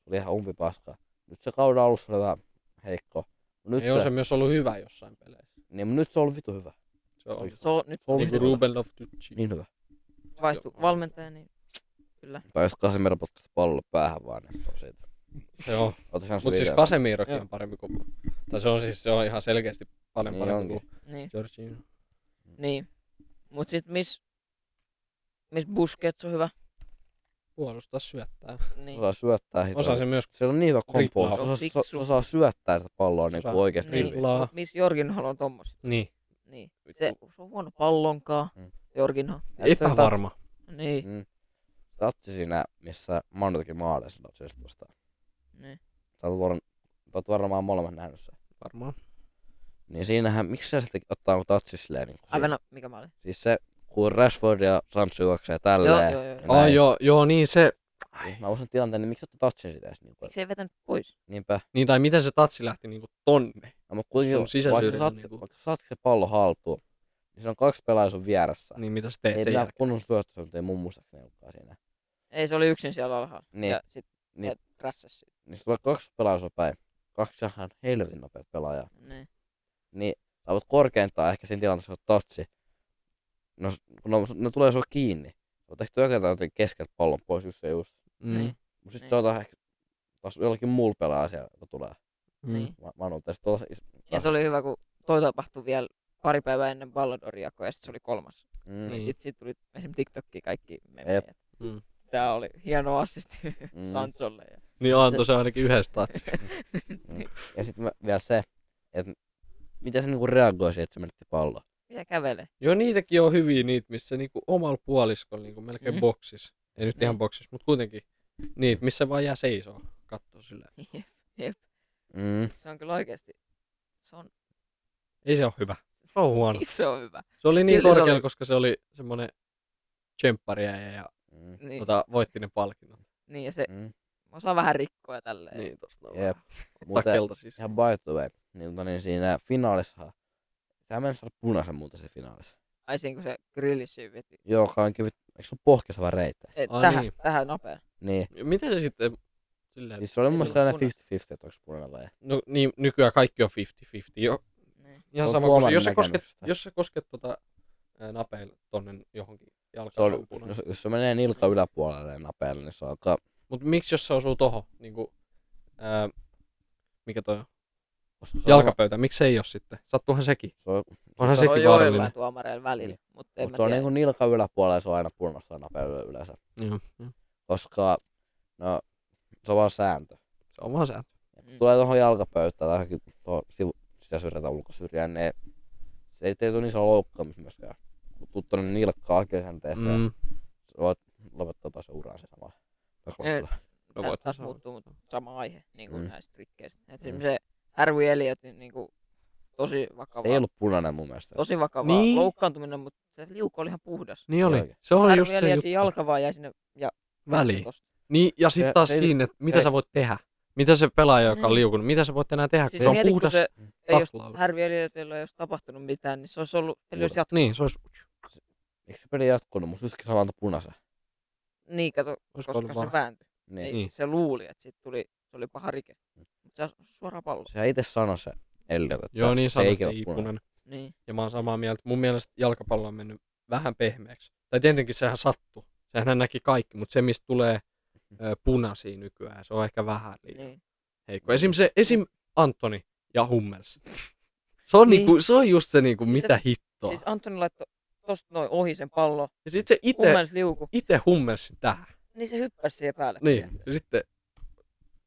Speaker 1: oli ihan umpipaska. Nyt se kauden alussa oli vähän heikko. Nyt
Speaker 2: Ei on
Speaker 1: se,
Speaker 2: se myös ollut hyvä jossain peleissä.
Speaker 1: Niin, mut nyt se on ollut vitu hyvä.
Speaker 2: Se on ollut.
Speaker 3: Se on nyt
Speaker 1: Se on
Speaker 2: Niin
Speaker 1: vitu
Speaker 2: kuin
Speaker 1: hyvä.
Speaker 2: Ruben Loftus-Cheek.
Speaker 1: Niin hyvä.
Speaker 3: vaihtu
Speaker 2: Joo.
Speaker 3: valmentaja, niin
Speaker 1: Tai jos Casemiro potkasi pallo päähän vaan, niin se on siitä.
Speaker 2: Se on.
Speaker 1: Ota sen
Speaker 2: Mutta siis Casemirokin on parempi kuin... Tai se on siis se on ihan selkeästi paljon
Speaker 1: Niin
Speaker 2: parempi
Speaker 1: onkin.
Speaker 2: kuin
Speaker 3: niin.
Speaker 2: Jorginho.
Speaker 3: Niin. Mut sit miss, miss Busquets on hyvä.
Speaker 2: Puolustaa syöttää.
Speaker 3: Niin.
Speaker 1: Osaa syöttää hitoa.
Speaker 2: Osaa se myös
Speaker 1: Se on niin hyvä kompo.
Speaker 2: Triplaa.
Speaker 1: Se osaa, se,
Speaker 3: Fiksu.
Speaker 1: se osaa syöttää sitä palloa niin
Speaker 2: Osaa.
Speaker 1: kuin oikeesti
Speaker 3: Niin.
Speaker 1: niin. hyvin.
Speaker 2: triplaa.
Speaker 3: Mut miss Jorginho on tommos.
Speaker 2: Niin.
Speaker 3: Niin. Se, se on huono pallonkaa. Mm.
Speaker 1: Mm.
Speaker 3: Jorginho.
Speaker 2: Epävarma.
Speaker 3: Niin.
Speaker 1: Mm. Tatsi siinä, missä Manu teki maaleja silloin siis vastaan.
Speaker 3: niin.
Speaker 1: Sä oot varmaan- sä oot varmaan molemmat nähnyt sen.
Speaker 2: Varmaan.
Speaker 1: Niin siinähän, miksi sä sitten ottaa tatsi silleen niin kuin
Speaker 3: Aivan, mikä mä olin.
Speaker 1: Siis se, kun Rashford ja Sancho juoksee tälleen.
Speaker 3: Joo, joo, joo.
Speaker 1: ja
Speaker 2: Ai
Speaker 1: näin.
Speaker 2: joo, joo, niin se.
Speaker 1: Jos Mä usein tilanteen, niin miksi ottaa touchin sitä edes? Niin kuin,
Speaker 3: Miksi ei vetänyt pois?
Speaker 1: niinpä.
Speaker 2: Niin tai miten se tatsi lähti niinku tonne?
Speaker 1: No, mutta kuitenkin,
Speaker 2: Sun sisäsyrjä
Speaker 1: vaikka, saat,
Speaker 2: niinku.
Speaker 1: niinku... vaikka saat se pallo haltuun, niin se on kaksi pelaajaa sun vieressä.
Speaker 2: Niin mitä sä teet
Speaker 1: ei
Speaker 2: sen
Speaker 1: pitää
Speaker 2: jälkeen?
Speaker 1: kunnon syöttösuuntia mun muistaakseni olekaan siinä.
Speaker 3: Ei, se oli yksin siellä alhaalla.
Speaker 1: Niin.
Speaker 3: Ja sit
Speaker 1: Niin.
Speaker 3: niin. rässäs sit.
Speaker 1: Niin se tulee kaksi pelaajaa sun päin. Kaksi ihan helvetin nopeat pelaajaa.
Speaker 3: Niin.
Speaker 1: Niin sä voit korkeintaan ehkä siinä tilanteessa ottaa touchi. No, s- kun ne, ne tulee sua kiinni. Mutta ehkä työkäytään jotenkin keskeltä pallon pois just ja just.
Speaker 2: Mm.
Speaker 3: Niin.
Speaker 1: Mutta sitten
Speaker 3: Niin.
Speaker 1: se on taas ehkä taas jollakin muulla pelaajalla siellä, kun tulee.
Speaker 2: Mm.
Speaker 3: Niin.
Speaker 1: Ma- Manu, tai sit tuolla se is-
Speaker 3: Ja se oli hyvä, kun toi tapahtui vielä pari päivää ennen Balladoria, ja sitten se oli kolmas.
Speaker 1: Mm.
Speaker 3: Niin
Speaker 2: Niin.
Speaker 3: sit, sit tuli esimerkiksi TikTokki kaikki
Speaker 1: Jep.
Speaker 3: memejä.
Speaker 2: Mm.
Speaker 3: tämä oli hieno assisti <laughs>
Speaker 1: Mm.
Speaker 3: Sancholle. Ja...
Speaker 2: Niin antoi se ainakin yhdessä
Speaker 1: <laughs>
Speaker 2: tatsi.
Speaker 1: Ja sitten vielä se, että miten se niinku reagoi siihen, että se menetti pallo.
Speaker 3: Mitä kävelee? <laughs>
Speaker 2: Joo, niitäkin on hyviä niitä, missä niinku omalla puoliskolla niinku melkein
Speaker 3: Mm.
Speaker 2: mm. boksis. Ei
Speaker 1: Niin.
Speaker 2: nyt ihan boksis, mutta kuitenkin niitä, missä vaan jää seisoo. Katsoo silleen.
Speaker 1: Mm.
Speaker 3: Se on kyllä oikeasti se on
Speaker 2: Ei se ole hyvä. Se on huono.
Speaker 3: iso hyvä.
Speaker 2: Se oli niin
Speaker 3: Silti se
Speaker 2: korkealla,
Speaker 3: oli-
Speaker 2: koska se oli semmoinen tsemppariäjä ja
Speaker 1: Mm.
Speaker 3: Niin, tota...
Speaker 2: tota, voitti ne palkinnot.
Speaker 3: niin ja se
Speaker 1: Mm.
Speaker 3: osaa vähän rikkoa tälleen.
Speaker 2: Niin, tosta on
Speaker 3: <laughs>
Speaker 1: Jep.
Speaker 2: vähän.
Speaker 1: Mutta
Speaker 2: Takelta siis.
Speaker 1: ihan by the way, niin, mutta niin siinä finaalissa, sehän meni saada punaisen muuten se finaalissa.
Speaker 3: Ai siinä kun se grillisyy veti.
Speaker 1: Joka on kivit, eikö se ole pohkeessa vai reitä?
Speaker 3: Et,
Speaker 2: Ai
Speaker 3: tähän,
Speaker 2: niin.
Speaker 3: tähän nopea.
Speaker 1: Niin,
Speaker 2: Miten se sitten silleen...
Speaker 1: niin se oli mun
Speaker 2: Ei
Speaker 1: mielestä
Speaker 2: ole
Speaker 1: aina 50-50,
Speaker 2: punainen.
Speaker 1: että onko se punainen vai ei.
Speaker 2: No niin, nykyään kaikki on 50-50. Jo,
Speaker 3: Niin.
Speaker 2: ihan
Speaker 1: on
Speaker 2: sama kuin se,
Speaker 1: huomannut
Speaker 2: jos sä kosket,
Speaker 1: näkemystä.
Speaker 2: jos sä kosket tota, ää, napeilla tonne johonkin
Speaker 1: Se
Speaker 2: jalkaan.
Speaker 1: oli, jos, jos se menee nilkka yläpuolelle napeelle, niin se alkaa
Speaker 2: Mutta miksi jos se osuu tohon, niin kuin, ää, mikä toi on?
Speaker 1: koska se on-
Speaker 2: Jalkapöytä, miksi se ei ole sitten? Sattuuhan sekin.
Speaker 1: Se on,
Speaker 2: Onhan
Speaker 3: Se
Speaker 2: sekin
Speaker 3: on
Speaker 2: vaarallinen.
Speaker 3: joillain tuomareilla välillä, mutta en
Speaker 1: mutta se on
Speaker 3: mä tiedä.
Speaker 1: niinku nilkka yläpuolella ja se on aina punaista napeelle yleensä.
Speaker 2: Joo, joo.
Speaker 1: Koska no, se on vaan sääntö.
Speaker 2: Se on vaan sääntö.
Speaker 3: Mm.
Speaker 1: Tulee tuohon jalkapöytään tai johonkin tuohon sivu, sisäsyrjään tai ulkosyrjään, niin ei- se ei tee sun iso loukkaamista myöskään. Kun tuut tuonne nilkkaan akilihänteeseen, mm.
Speaker 2: Mm.
Speaker 1: voit lopettaa taas uran se sama.
Speaker 2: No
Speaker 3: Tää
Speaker 2: voit
Speaker 3: taas
Speaker 2: sanoa.
Speaker 3: muuttuu, mutta sama aihe niin kuin
Speaker 1: Mm.
Speaker 3: mm. näistä rikkeistä. Et
Speaker 1: Mm.
Speaker 3: mm. se Harry Elliotin niin kuin, tosi vakava,
Speaker 1: Se ei ollut punainen mun mielestä.
Speaker 3: tosi vakava
Speaker 2: Niin.
Speaker 3: niin. loukkaantuminen, mutta se liuko oli ihan puhdas.
Speaker 2: Niin oli.
Speaker 1: Joo.
Speaker 2: Se on
Speaker 3: Harry
Speaker 2: just se juttu.
Speaker 3: Elliotin jalka vaan jäi sinne
Speaker 2: Väliin.
Speaker 3: tosta.
Speaker 2: Niin, ja
Speaker 1: Se-
Speaker 2: sitten taas
Speaker 1: se ei-
Speaker 2: siinä, että mitä
Speaker 1: ei.
Speaker 2: sä voit tehdä. Mitä se pelaaja, joka on
Speaker 3: Mm.
Speaker 2: liukunut, mitä sä voit enää tehdä, kun
Speaker 3: Siis
Speaker 2: se on
Speaker 3: mieti,
Speaker 2: puhdas Mm.
Speaker 3: kun se ei olisi,
Speaker 2: taklaus.
Speaker 3: Harry Elliotilla ei olisi tapahtunut mitään, niin se olisi ollut, peli olisi jatkunut.
Speaker 2: Niin, se olisi,
Speaker 1: Eikö se peli jatkunut? Musta yksikin se vaan antoi punaisen.
Speaker 3: Niin, kato,
Speaker 2: olisiko
Speaker 3: koska
Speaker 2: ollut
Speaker 3: se
Speaker 2: var...
Speaker 3: vääntyi.
Speaker 1: Niin.
Speaker 3: Niin.
Speaker 2: Niin. Mm.
Speaker 3: Se luuli, että siitä tuli, se oli paha rike. Mutta se on suora pallo.
Speaker 1: Sehän itse sanoi se Elliot, että
Speaker 2: Joo, niin
Speaker 1: se ei
Speaker 2: sanoit,
Speaker 1: ole
Speaker 2: ei
Speaker 1: punainen.
Speaker 2: punainen.
Speaker 3: Niin.
Speaker 2: Ja mä oon samaa mieltä. Mun mielestä jalkapallo on mennyt vähän pehmeäksi. Tai tietenkin sehän sattuu. Sehän hän näki kaikki, mutta se, mistä tulee ö, punaisia nykyään, se on ehkä vähän liian
Speaker 3: niin.
Speaker 2: heikko. Esim. se, esim. Antoni ja Hummels. Se on,
Speaker 3: Niin.
Speaker 2: niinku, se on just se, niinku,
Speaker 3: Siis se-
Speaker 2: mitä hittoa.
Speaker 3: Siis Antoni laittoi tosta noin ohi sen pallo,
Speaker 2: Ja sitten se ite,
Speaker 3: kummens liuku,
Speaker 2: ite Hummelsin tähän.
Speaker 3: niin se hyppäsi siihen päälle.
Speaker 2: Niin, ja sitten
Speaker 1: Ai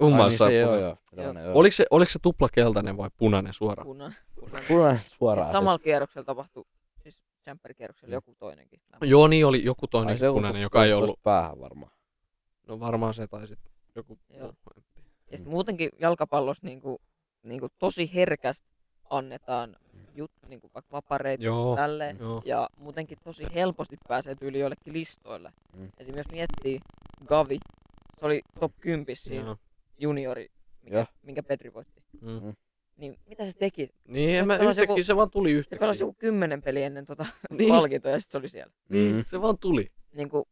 Speaker 2: Hummels
Speaker 1: niin,
Speaker 2: sai
Speaker 1: se joo,
Speaker 2: punaisen.
Speaker 1: joo. Tällainen, joo.
Speaker 2: Oliko se, oliko se tupla keltainen vai punainen suoraan?
Speaker 3: Kunnan, kunnan.
Speaker 1: punainen
Speaker 3: Sitten
Speaker 1: suoraan.
Speaker 3: Siis samalla
Speaker 2: siis.
Speaker 3: kierroksella tapahtui, siis
Speaker 2: Niin.
Speaker 3: jumper-kierroksella joku toinenkin.
Speaker 2: Joo, niin oli joku
Speaker 1: Ai,
Speaker 2: toinen
Speaker 1: se joku
Speaker 2: punainen,
Speaker 1: pu-
Speaker 2: joka ei
Speaker 1: pu-
Speaker 2: ollut.
Speaker 1: Päähän varmaan.
Speaker 2: No varmaan se tai sitten joku.
Speaker 3: Joo.
Speaker 2: Joo.
Speaker 3: Ja sit muutenkin jalkapallossa niinku, niinku tosi herkästi annetaan jut, niinku vaikka vapareita
Speaker 2: Joo.
Speaker 3: tälleen.
Speaker 2: Joo.
Speaker 3: Ja muutenkin tosi helposti pääsee tyyli joillekin listoille.
Speaker 1: Mm.
Speaker 3: Mm. Esimerkiksi jos miettii Gavi, se oli top 10 siinä
Speaker 2: Joo.
Speaker 3: juniori,
Speaker 1: Joo.
Speaker 3: mikä, minkä Pedri voitti.
Speaker 2: Mm.
Speaker 3: Niin mitä se teki?
Speaker 2: Niin, en
Speaker 3: Se
Speaker 2: mä
Speaker 3: pelasi
Speaker 2: yhtäkkiä,
Speaker 3: joku-
Speaker 2: se vaan tuli
Speaker 3: Se
Speaker 2: yhtäkkiä.
Speaker 3: pelasi joku kymmenen peliä ennen tota
Speaker 2: Niin.
Speaker 3: palkintoa ja sitten se oli siellä.
Speaker 2: Niin, se vaan tuli.
Speaker 3: niin kuin,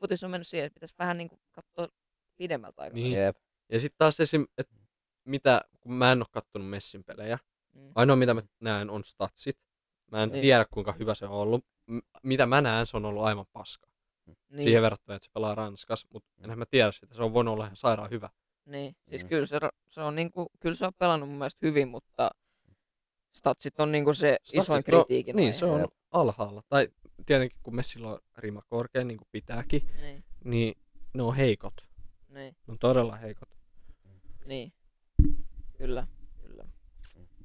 Speaker 3: futis on mennyt siihen, että pitäisi vähän niin kuin katsoa pidemmältä aikaa.
Speaker 2: Niin.
Speaker 1: Jep.
Speaker 2: Ja sitten taas esim, että mitä, kun mä en oo kattonut Messin pelejä.
Speaker 3: Mm.
Speaker 2: Ainoa mitä mä näen on statsit. Mä en
Speaker 3: Niin.
Speaker 2: tiedä kuinka hyvä se on ollut. M- mitä mä näen, se on ollut aivan paska.
Speaker 3: Niin,
Speaker 2: Siihen verrattuna, että se pelaa Ranskas, mutta enhän mä tiedä sitä. Se on voinut olla ihan sairaan hyvä.
Speaker 3: niin. siis
Speaker 1: Mm.
Speaker 3: kyllä se, ra- se on niin kuin, kyllä se on pelannut mun mielestä hyvin, mutta statsit on niin kuin se
Speaker 2: Statsit
Speaker 3: isoin
Speaker 2: on-
Speaker 3: kritiikin.
Speaker 2: Niin,
Speaker 3: aihe.
Speaker 2: se on
Speaker 1: Jep.
Speaker 2: alhaalla. Tai tietenkin kun Messillä on rima korkea, niin kuin pitääkin,
Speaker 3: Niin,
Speaker 2: niin ne on heikot.
Speaker 3: niin,
Speaker 2: Ne on todella heikot.
Speaker 3: niin. Kyllä, kyllä.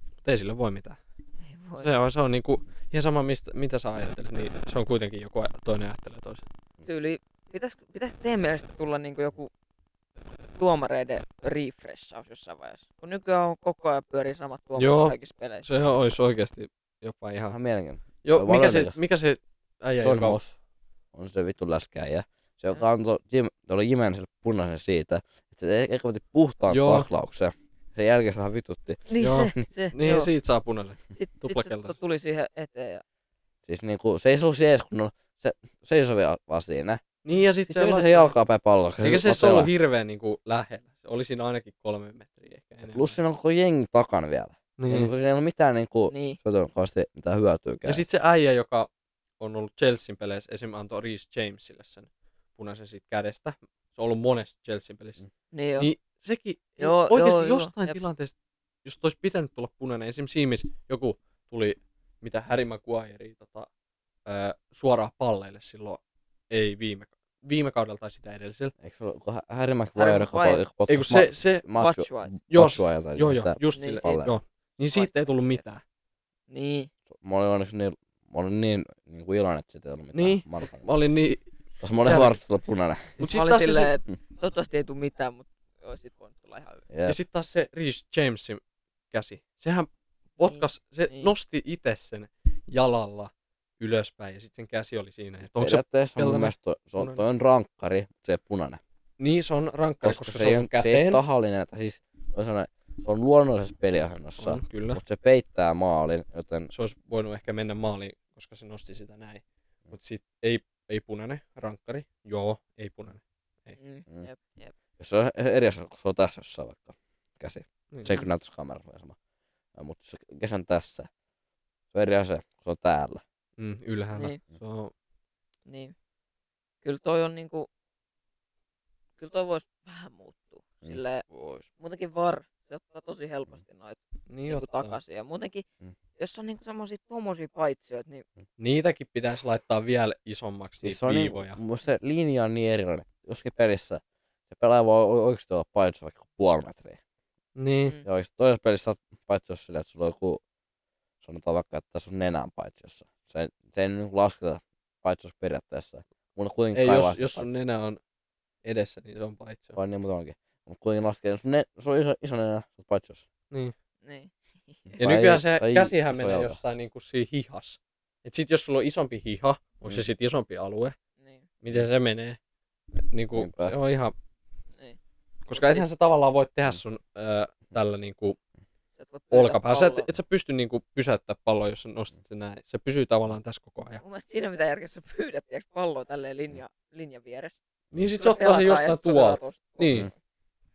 Speaker 2: Mutta ei sille voi mitään.
Speaker 3: Ei voi.
Speaker 2: Se on, se on niinku, ihan sama, mistä, mitä sä ajattelet, niin se on kuitenkin joku aj- toinen ajattelee toisen.
Speaker 3: Tyyli, pitäis, pitäis teidän mielestä tulla niin kuin joku Niin. tuomareiden refreshaus jossain vaiheessa? Kun nykyään on koko ajan pyörii samat
Speaker 2: Joo.
Speaker 3: tuomarit kaikissa peleissä.
Speaker 2: Se olisi oikeasti jopa ihan...
Speaker 1: Ihan mielenkiintoinen.
Speaker 2: Jo,
Speaker 1: on
Speaker 2: mikä, se,
Speaker 1: valmiikas.
Speaker 2: mikä se äijä,
Speaker 1: Se on
Speaker 2: joka on...
Speaker 1: Moss. On se vittu läskäjä. Se joka antoi Jim, tuolle Jimenselle punaisen siitä, että se eka otti puhtaan
Speaker 2: Joo.
Speaker 1: taklauksen. Sen jälkeen se vähän vitutti.
Speaker 3: Niin
Speaker 2: Joo.
Speaker 3: se, se.
Speaker 2: Niin,
Speaker 3: joo.
Speaker 2: Joo. siitä saa punaisen.
Speaker 3: Sitten sit se
Speaker 2: tuplakeltainen.
Speaker 3: to- tuli siihen eteen ja
Speaker 1: Siis niinku, se ei ollut siellä, kun on, se seisoi vielä vaan siinä.
Speaker 2: Niin, ja sitten
Speaker 1: Sitten
Speaker 2: se,
Speaker 1: se,
Speaker 2: se,
Speaker 1: se jalkaa päin palloa.
Speaker 2: Eikä se edes ollut hirveän niinku lähellä. Se oli siinä ainakin kolme metriä ehkä enemmän.
Speaker 1: Plus siinä on koko jengi takana vielä. Niin.
Speaker 2: niin.
Speaker 1: Niinku, siinä ei ollut mitään niinku,
Speaker 3: niin.
Speaker 1: niin. kovasti mitään hyötyäkään.
Speaker 2: Ja sitten se äijä, joka on ollut Chelsean peleissä, esim. antoi Reece Jamesille sen punaisen siitä kädestä. Se on ollut monessa Chelsean pelissä.
Speaker 3: Niin, joo.
Speaker 2: Niin sekin
Speaker 3: Joo,
Speaker 2: joo, oikeasti
Speaker 3: joo,
Speaker 2: joo,
Speaker 3: joo,
Speaker 2: jostain
Speaker 3: jep.
Speaker 2: joo, tilanteesta, jos olisi pitänyt tulla punainen, esim. siinä, missä joku tuli, mitä Harry Maguire tota, ää, suoraan palleille silloin, ei viime, viime kaudella tai sitä edellisellä.
Speaker 1: Eikö se ollut, kun Hä- Harry Maguire
Speaker 3: Maguire.
Speaker 1: kopo-
Speaker 2: Ei kun se, se
Speaker 1: Matsu,
Speaker 3: Batshuayi.
Speaker 2: jos,
Speaker 1: Matsuaja tai
Speaker 2: joo,
Speaker 1: sitä.
Speaker 2: joo, just
Speaker 3: Niin.
Speaker 2: sille,
Speaker 1: Falle.
Speaker 2: joo. Niin siitä ei tullut mitään.
Speaker 3: Niin.
Speaker 1: Mä olin onneksi niin, mä olin niin, niin kuin iloinen, että siitä ei ollut mitään
Speaker 2: Niin.
Speaker 1: Markan.
Speaker 2: Mä olin niin,
Speaker 1: Koska mä olin
Speaker 2: Tär-
Speaker 1: vartilla punainen.
Speaker 2: Mut siis
Speaker 3: Mut
Speaker 2: sit
Speaker 3: mä olin
Speaker 2: taas se-
Speaker 3: silleen, että toivottavasti ei tule mitään, mutta olisit voinut tulla ihan hyvin.
Speaker 1: Jep.
Speaker 2: ja sit taas se Reece Jamesin käsi. Sehän potkas, se
Speaker 3: niin.
Speaker 2: nosti itse sen jalalla ylöspäin ja sitten sen käsi oli siinä. Et onko se,
Speaker 1: Periaatteessa mun
Speaker 2: keltainen?
Speaker 1: mielestä toi, se on,
Speaker 2: Punainen.
Speaker 1: toi on rankkari, mutta se ei punainen.
Speaker 2: niin se on rankkari, koska, se,
Speaker 1: ei,
Speaker 2: on
Speaker 1: se ei
Speaker 2: käteen.
Speaker 1: tahallinen, tai siis on sellainen, se on luonnollisessa peliasennossa,
Speaker 2: on, kyllä.
Speaker 1: mutta se peittää maalin, joten
Speaker 2: se olisi voinut ehkä mennä maaliin, koska se nosti sitä näin. Mutta sitten ei, ei punainen, rankkari, joo, ei punainen.
Speaker 3: Mm.
Speaker 2: Niin.
Speaker 1: Mm.
Speaker 3: Jep, jep.
Speaker 1: se on eri asia, kun se on tässä jossain vaikka käsi.
Speaker 2: Niin.
Speaker 1: Se ei kyllä näyttäisi kamerassa ole sama. Ja, mutta se käsi on tässä. Se on eri asia, kun se on täällä. Siis
Speaker 2: Mm, ylhäällä. Niin.
Speaker 3: Niin,
Speaker 2: Se on,
Speaker 3: niin. Kyllä toi on niinku... Kyllä toi voisi vähän muuttua.
Speaker 1: Mm.
Speaker 3: Silleen, muutenkin var, se ottaa tosi helposti noita
Speaker 2: niin
Speaker 3: niinku
Speaker 2: ottaa.
Speaker 3: takaisin. Ja muutenkin,
Speaker 1: Mm.
Speaker 3: jos on niinku semmosia tommosia paitsioita, niin
Speaker 2: Niitäkin pitäisi laittaa vielä isommaksi niitä
Speaker 1: se on niin,
Speaker 2: viivoja.
Speaker 1: mun se linja on niin erilainen. Joskin pelissä se pelaaja voi o- oikeasti olla paitsi vaikka puoli metriä.
Speaker 2: Niin,
Speaker 3: mm,
Speaker 1: Ja oikeasti toisessa pelissä sä oot paitsi jos silleen, että sulla on joku, sanotaan vaikka, että tässä on nenän paitsi jossa. Se, se ei niin lasketa paitsi jos periaatteessa. Mun on kuitenkin
Speaker 2: ei,
Speaker 1: kaivaa
Speaker 2: jos,
Speaker 1: sitä
Speaker 2: jos
Speaker 1: paitsi-
Speaker 2: sun nenä on edessä, niin se on paitsi.
Speaker 1: Vai niin, mutta onkin. Mut kuitenkin laskee, jos ne, se on iso, iso nenä, sä oot paitsi jos.
Speaker 3: niin.
Speaker 2: Ja
Speaker 1: Vai-
Speaker 2: nykyään se
Speaker 1: tai
Speaker 2: käsihän
Speaker 1: iso
Speaker 2: menee
Speaker 1: jalka.
Speaker 2: jossain niinku siinä hihassa. Et sit jos sulla on isompi hiha, onko se
Speaker 1: Mm.
Speaker 2: sit isompi alue,
Speaker 3: niin,
Speaker 2: miten se menee? Niinku,
Speaker 1: Niinpä.
Speaker 2: se on ihan,
Speaker 3: niin.
Speaker 2: koska ethän sä tavallaan voi
Speaker 1: Mm.
Speaker 2: tehdä sun ö, tällä niinku
Speaker 3: Sä et voi pyytää
Speaker 2: olkapää. Sä et,
Speaker 3: palloa.
Speaker 2: et sä pysty niinku pysäyttää palloa, jos sä nostat sen näin. Se pysyy tavallaan tässä koko ajan.
Speaker 3: Mun mielestä siinä mitä järkeä sä pyydät tiiäks, palloa tälleen linja, linjan vieressä.
Speaker 2: Niin sit
Speaker 3: Sulla
Speaker 2: se ottaa sen
Speaker 3: pelataan ja
Speaker 2: jostain
Speaker 3: sit sulla
Speaker 2: tuolta.
Speaker 3: pelataan tosta.
Speaker 2: Niin,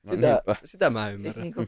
Speaker 1: No
Speaker 2: sitä,
Speaker 1: niinpä.
Speaker 2: sitä mä ymmärrän. Mm.
Speaker 3: Siis niinku,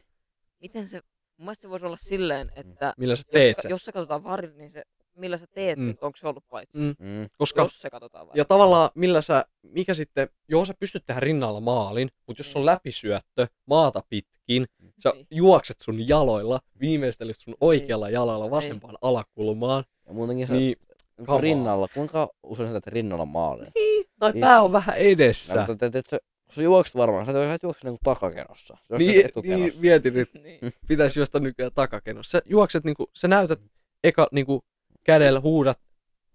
Speaker 3: miten se, mun mielestä se voisi olla silleen, että
Speaker 2: Millä sä
Speaker 3: jos,
Speaker 2: teet
Speaker 3: sä-
Speaker 2: sen.
Speaker 3: jos se katsotaan varilla, niin se, millä sä teet
Speaker 2: Mm.
Speaker 3: mm. sen, onko se ollut paitsi.
Speaker 2: Mm,
Speaker 1: Mm.
Speaker 2: koska,
Speaker 3: Jos se katsotaan varilla.
Speaker 2: ja tavallaan millä sä, mikä sitten, joo sä pystyt tähän rinnalla maalin, mutta
Speaker 1: Mm.
Speaker 2: jos on läpisyöttö maata pitkin, sä
Speaker 3: Niin.
Speaker 2: juokset sun jaloilla, viimeistelet sun
Speaker 1: Niin.
Speaker 2: oikealla jalalla vasempaan alakulmaan,
Speaker 1: Ja muutenkin se
Speaker 2: niin
Speaker 1: Niinku
Speaker 2: Kamaa.
Speaker 1: rinnalla, kuinka usein sä teet rinnalla maaleja?
Speaker 2: tai
Speaker 1: Niin.
Speaker 2: pää on vähän edessä.
Speaker 1: No, mutta te, te, te, kun sä juokset varmaan, sä et, sä et juokse niinku takakenossa. Sä juokset
Speaker 2: Niin,
Speaker 1: etukenossa.
Speaker 2: niin mietin nyt,
Speaker 3: <laughs> niin.
Speaker 2: pitäisi juosta nykyään takakenossa. Sä juokset, niin kuin, sä näytät eka niin kuin, kädellä, huudat,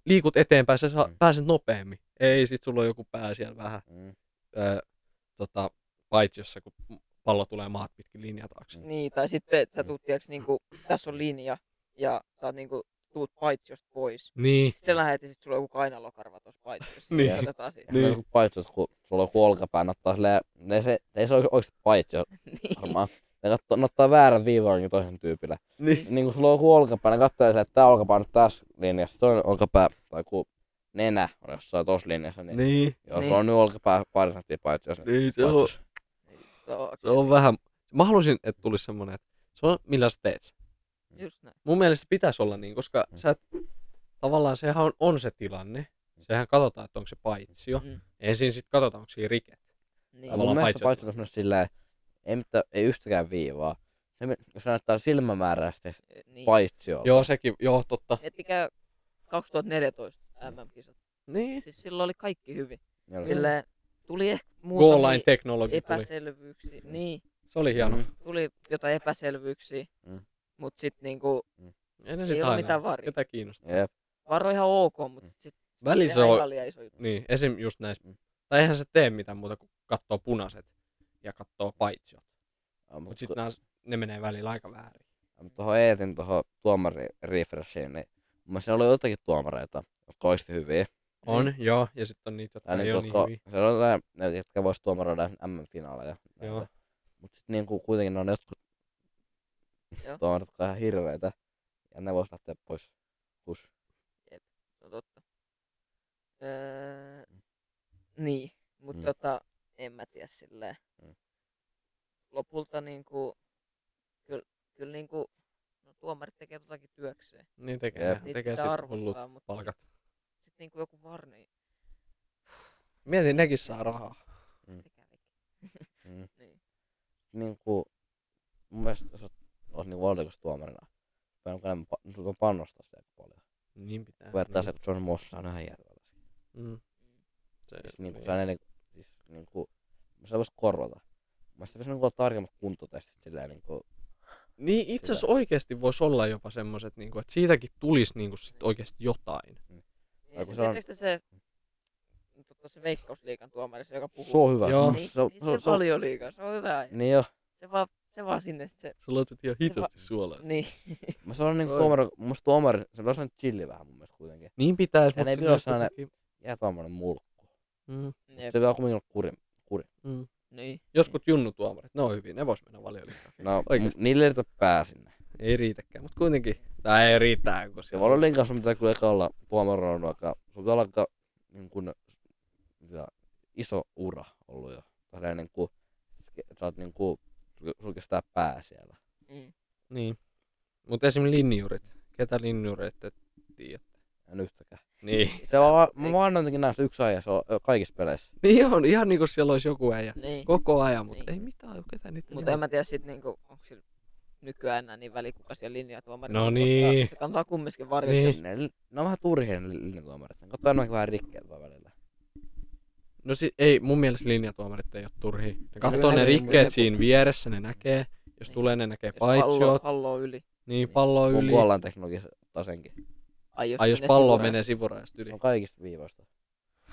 Speaker 2: liikut eteenpäin, sä saa,
Speaker 1: Mm.
Speaker 2: pääset nopeammin. Ei, sit sulla on joku pää siellä vähän
Speaker 1: Mm.
Speaker 2: ö, tota, paitsiossa, kun pallo tulee maat pitkin linjaa taakse.
Speaker 1: Mm.
Speaker 3: niin, tai sitten että sä tuut, tiiäks, niinku, tässä on linja, ja sä oot niinku, tuut paitsiosta pois.
Speaker 2: Niin,
Speaker 3: Sitten lähetin, sit sulla on joku kainalokarva tuossa paitsiossa.
Speaker 2: Niin.
Speaker 3: niin. Otetaan siitä.
Speaker 1: Niin. Niin. Paitsi, kun sulla on joku olkapää, ne ottaa silleen, ne se, ei se ole oikeasti paitsi jos
Speaker 3: <laughs> niin.
Speaker 1: varmaan. Ne, katso, ne ottaa väärän viivan niin toisen tyypillä.
Speaker 2: niin.
Speaker 1: Niin kun sulla on joku olkapää, ne katsoo silleen, että tää olkapää on nyt tässä linjassa, toinen olkapää tai joku nenä on jossain tossa linjassa, niin, niin.
Speaker 2: Niin,
Speaker 1: jos
Speaker 3: Niin.
Speaker 1: sulla on nyt olkapää pari senttiä paitsi jos, niin
Speaker 2: niin se,
Speaker 1: paitsi
Speaker 2: on,
Speaker 1: jos.
Speaker 3: Se on,
Speaker 2: se on vähän... Mä haluaisin, että tulisi semmonen, että se on millä sä teet sen.
Speaker 3: just näin.
Speaker 2: Mun mielestä pitäisi olla niin, koska
Speaker 1: Mm.
Speaker 2: sä et, tavallaan sehän on, on se tilanne. Sehän katsotaan, että onko se paitsio.
Speaker 3: Mm.
Speaker 2: Ensin sitten katsotaan, onko siinä rike.
Speaker 3: Niin.
Speaker 1: Ja
Speaker 2: Tavallaan
Speaker 1: mun mielestä
Speaker 2: paitsi-
Speaker 1: paitsi jos ne on silleen, ei, mitään, ei yhtäkään viivaa. Se, me- jos se näyttää silmämääräisesti
Speaker 3: niin.
Speaker 1: paitsi olla.
Speaker 2: Joo, sekin, joo, totta.
Speaker 3: Miettikää 2014 MM-kisat.
Speaker 2: Niin.
Speaker 3: Siis silloin oli kaikki hyvin.
Speaker 2: Mm.
Speaker 1: Joo.
Speaker 3: Silleen tuli ehkä
Speaker 2: Goal
Speaker 3: muutamia
Speaker 2: line teknologi tuli.
Speaker 3: epäselvyyksiä. Niin,
Speaker 2: Se oli hieno.
Speaker 1: Mm.
Speaker 3: tuli jotain epäselvyyksiä.
Speaker 1: Mm.
Speaker 3: Mutta sitten niinku,
Speaker 2: Ei ne
Speaker 3: ei
Speaker 2: sit
Speaker 3: ollut
Speaker 2: aina.
Speaker 3: mitään varia.
Speaker 2: Ketä kiinnostaa.
Speaker 1: Jep.
Speaker 3: Varo ihan ok, mutta
Speaker 1: Mm.
Speaker 3: sitten
Speaker 2: Välissä se on,
Speaker 3: ihan liian iso juttu.
Speaker 2: niin, esim. just näissä.
Speaker 1: Mm.
Speaker 2: Tai eihän se tee mitään muuta kuin katsoo punaiset ja katsoo paitsiot.
Speaker 1: Ja, mut
Speaker 2: Mutta sitten nää, ne menee välillä aika väärin.
Speaker 1: mut tuohon Eetin tuohon tuomari refreshiin, niin mun mielestä siellä oli jotakin tuomareita, jotka oisti hyviä.
Speaker 2: On, joo, ja sitten on niitä, jotka
Speaker 1: Tai
Speaker 2: ei
Speaker 1: niinku,
Speaker 2: ole niin
Speaker 1: Niin. jotka,
Speaker 2: hyviä.
Speaker 1: siellä on jotain, ne, jotka vois tuomaroida MM-finaaleja.
Speaker 2: Joo.
Speaker 1: Mutta sitten niinku, kuitenkin ne on jotkut
Speaker 3: Joo.
Speaker 1: tuomarit, jotka on ihan hirveitä. Ja ne vois lähteä pois. Kus.
Speaker 3: No totta. Öö, niin, mutta
Speaker 1: Mm.
Speaker 3: mm. tota, en mä tiedä silleen.
Speaker 1: Mm.
Speaker 3: Mm. Lopulta niinku, kyllä kyl niinku, no tuomarit tekee totakin työkseen.
Speaker 2: Niin tekee,
Speaker 1: Jep.
Speaker 2: nehän
Speaker 3: Niitä
Speaker 2: tekee
Speaker 3: pitää
Speaker 2: sit hullut
Speaker 3: arvostaa, mutta
Speaker 2: palkat.
Speaker 3: sit, sit niinku joku varni
Speaker 2: Mietin, nekin saa rahaa.
Speaker 3: tekee.
Speaker 1: Mm.
Speaker 3: Niin.
Speaker 1: Niinku, mun mielestä jos oot, oot niinku valtikas tuomarina, päin kun enemmän pa- sun on panostaa sitä aika paljon.
Speaker 2: Niin pitää.
Speaker 1: Vertaa se,
Speaker 2: niin.
Speaker 1: kun John Mossa on ihan järjellä.
Speaker 2: Mm. se,
Speaker 1: Siis niinku, se on ennen, siis niinku, se voisi korvata. Mä se voisi niinku olla tarkemmat kuntotestit silleen niinku,
Speaker 2: Niin itse asiassa
Speaker 1: Sitä.
Speaker 2: oikeasti voisi olla jopa semmoiset, niinku, että siitäkin tulisi niinku, sit oikeasti jotain.
Speaker 1: Ai,
Speaker 3: Niin,
Speaker 1: kun
Speaker 3: se,
Speaker 1: se on-
Speaker 3: se, se, mutta se veikkausliikan tuomari, se joka puhuu.
Speaker 1: se on hyvä.
Speaker 2: Joo.
Speaker 1: Se,
Speaker 3: Niin,
Speaker 1: se, on-
Speaker 3: niin
Speaker 1: se, on-
Speaker 3: se,
Speaker 1: se, on-
Speaker 3: valioliiga, se on Mm. hyvä.
Speaker 1: niin joo.
Speaker 3: Se vaan, se vaan sinne sit se,
Speaker 2: Sä laitat ihan hitaasti
Speaker 3: hitaasti
Speaker 2: suolaa.
Speaker 3: niin.
Speaker 1: Mä sanon niinku
Speaker 2: Oi.
Speaker 1: tuomari, musta tuomari, se pitäisi olla chilli vähän mun mielestä kuitenkin.
Speaker 2: Niin pitäisi,
Speaker 1: Ja ne
Speaker 2: mutta
Speaker 1: pitäisi aina- Jää tuommoinen mulkku.
Speaker 2: mm,
Speaker 1: Se
Speaker 3: Jep.
Speaker 1: pitää kuitenkin olla kuri.
Speaker 2: mm.
Speaker 3: Niin.
Speaker 2: Jotkut junnutuomarit, ne on hyviä, ne vois mennä valioliikaan.
Speaker 1: No,
Speaker 2: Oikeesti.
Speaker 1: m- niille ei riitä pää sinne.
Speaker 2: Ei riitäkään, mutta kuitenkin. Tai ei riittää, kun
Speaker 1: Ja
Speaker 2: siellä on-
Speaker 1: valolin kanssa sun pitää kyllä eka olla tuomaroon vaikka, sun pitää olla aika niin kuin, mitä, iso ura ollut jo. Tai niin kuin, sä oot niin kuin, sulla kestää pää siellä.
Speaker 3: Mm.
Speaker 2: Niin. Mutta esimerkiksi linjurit. Ketä linjurit et tiedä?
Speaker 1: En yhtäkään.
Speaker 2: Niin.
Speaker 1: Se vaan, mä vaan jotenkin näistä yksi ajan, se on ö, kaikissa peleissä.
Speaker 2: niin on, ihan niinku siellä olisi joku äijä.
Speaker 3: Niin.
Speaker 2: Koko ajan, mutta
Speaker 3: Niin.
Speaker 2: ei mitään, ketä niitä
Speaker 3: Mutta en
Speaker 2: on.
Speaker 3: mä tiedä sit niinku, onko sillä nykyään enää niin väli, kuka siellä linjaa tuomari.
Speaker 2: No niin.
Speaker 3: niinku, Se kantaa kumminkin varjot.
Speaker 2: Niin.
Speaker 3: jos-
Speaker 1: Ne, ne on vähän turhia ne linjatuomarit. Ne katsoo ainakin vähän rikkeeltä välillä.
Speaker 2: No si- ei, mun mielestä linjatuomarit ei ole turhi. Ne katsoo
Speaker 3: kyllä
Speaker 2: ne
Speaker 3: ne-
Speaker 2: rikkeet
Speaker 3: ne-
Speaker 2: siinä vieressä, ne näkee. Jos
Speaker 3: Niin.
Speaker 2: tulee, ne näkee
Speaker 3: Jos pallo,
Speaker 2: paitsiot,
Speaker 3: pallo on yli.
Speaker 2: niin
Speaker 1: Niin.
Speaker 2: pallo
Speaker 1: Kun
Speaker 2: yli.
Speaker 1: kuollaan teknologissa tasenkin.
Speaker 3: Ai jos,
Speaker 2: Ai jos
Speaker 3: menee
Speaker 2: pallo
Speaker 3: sivuraja.
Speaker 2: menee sivurajasta yli.
Speaker 1: Ne on kaikista viivoista.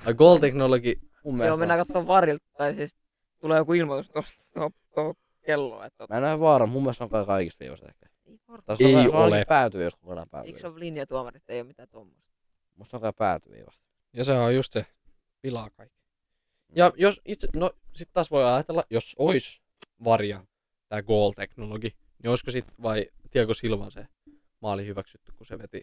Speaker 2: Ai goal technology,
Speaker 1: Mun
Speaker 3: Joo,
Speaker 1: mielestä
Speaker 3: mennään
Speaker 1: on-
Speaker 3: katsomaan varilta. Tai siis tulee joku ilmoitus tuosta tuohon tuohon kelloon. Että
Speaker 1: Mä en ole vaaran, mun mielestä on kai kaikista viivoista ehkä.
Speaker 3: ei varmaan.
Speaker 1: Tai se
Speaker 2: Ei
Speaker 1: on, kai- se on
Speaker 2: ole.
Speaker 1: ainakin päätyy, jos kokonaan päätyy.
Speaker 3: Eikö se ole linjatuomarit, ei ole mitään tuommoista.
Speaker 1: Musta se on kai päätyviivasta.
Speaker 2: Ja se on just se, pilaa kaikki.
Speaker 3: Mm.
Speaker 2: Ja jos itse, no sit taas voi ajatella, jos ois varja tää goal teknologi, niin olisiko sit vai Tiago Silvan se maali hyväksytty, kun se veti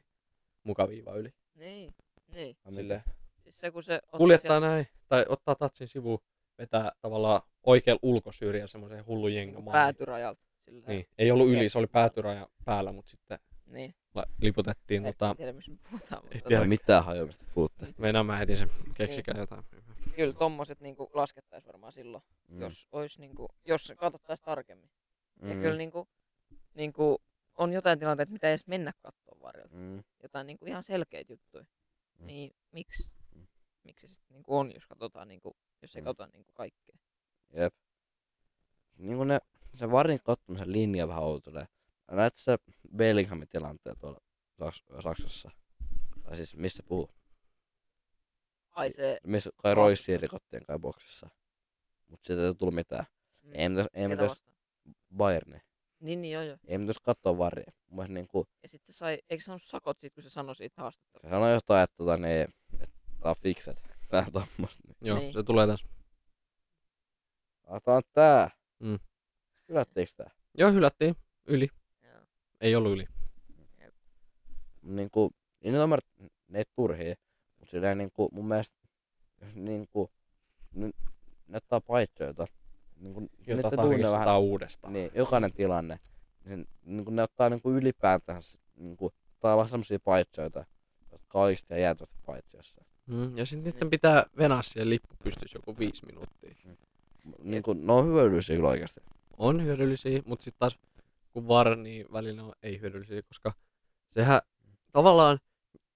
Speaker 2: mukaviiva yli.
Speaker 3: Niin, niin.
Speaker 2: Silleen.
Speaker 3: Siis se kun se ottaa
Speaker 2: Kuljettaa näin, tai ottaa tatsin sivuun, vetää tavallaan oikealla ulkosyrjän semmoisen hullu jenga
Speaker 3: niinku
Speaker 2: maali.
Speaker 3: päätyrajalta. Sillä
Speaker 2: Niin, ei ollut yli, se oli päätyraja päällä, mutta sitten
Speaker 3: Niin.
Speaker 2: la- liputettiin
Speaker 3: En
Speaker 2: tota,
Speaker 3: tiedä, mistä me puhutaan,
Speaker 2: Ei
Speaker 3: mutta tota,
Speaker 2: tiedä.
Speaker 1: Ei mitään hajoamista puutte.
Speaker 2: Venä mä heti sen, keksikää
Speaker 3: Niin.
Speaker 2: jotain.
Speaker 3: kyllä tommoset niinku laskettaisiin varmaan silloin, mm. jos olisi niinku, jos se katsottaisiin tarkemmin. Mm. Ja kyllä niinku, niinku, on jotain tilanteita, mitä ei edes mennä katsoa varjelta.
Speaker 1: Mm.
Speaker 3: Jotain niinku ihan selkeitä juttuja.
Speaker 1: Mm.
Speaker 3: Mm. Niin miksi?
Speaker 1: Mm.
Speaker 3: Mm. Miksi se sitten niinku on, jos katsotaan niinku, jos ei
Speaker 1: Mm.
Speaker 3: mm. katsota niinku kaikkea?
Speaker 1: Jep. Niin kuin ne, se varin kattomisen linja vähän outoilee. Näet se Bellinghamin tilanteen tuolla Saks- Saksassa. Tai siis missä puhuu?
Speaker 3: Ai se,
Speaker 1: Missä kai Roissi rikottiin kai boksissa. Mut siitä ei tullut mitään.
Speaker 3: mm,
Speaker 1: Ei mitäs, ei
Speaker 3: ketä
Speaker 1: mitäs
Speaker 3: vastaan?
Speaker 1: Bayerni.
Speaker 3: Niin, niin joo joo.
Speaker 1: Ei mitäs katsoa varia. Mun mielestä niinku,
Speaker 3: Ja sitten se sai, eikö se saanut sakot siitä, kun se sanoi siitä haastattelusta?
Speaker 1: se sanoi jotain, että tota niin, että tää on fixed. <laughs> Tää on tommosta. niin.
Speaker 2: Joo,
Speaker 3: Niin.
Speaker 2: se tulee tässä.
Speaker 1: Ah, tää on tää.
Speaker 2: Mm.
Speaker 1: Hylättiinkö tää?
Speaker 2: Joo, hylättiin. Yli.
Speaker 3: Joo.
Speaker 2: Ei ollut yli.
Speaker 1: niin kuin, niin ne on ne turhia, mutta silleen niin kuin, mun mielestä, jos niin kuin, ne, ne ottaa paitsioita, niin kuin,
Speaker 2: Jota
Speaker 1: niiden tunne vähän,
Speaker 2: tarkistetaan uudestaan.
Speaker 1: niin, jokainen tilanne, niin, niin kuin ne ottaa niin kuin ylipäätään, niin kuin, tai vaan semmosia paitsioita, jotka on oikeasti ihan jäätävästi paitsiossa.
Speaker 2: Mm, ja sitten
Speaker 3: Niin.
Speaker 2: niiden pitää venää siihen lippu pystyisi joku viisi minuuttia.
Speaker 1: Niin kuin, ne on hyödyllisiä kyllä oikeasti.
Speaker 2: On hyödyllisiä, mutta sitten taas kun var, niin välillä on ei hyödyllisiä, koska sehän tavallaan,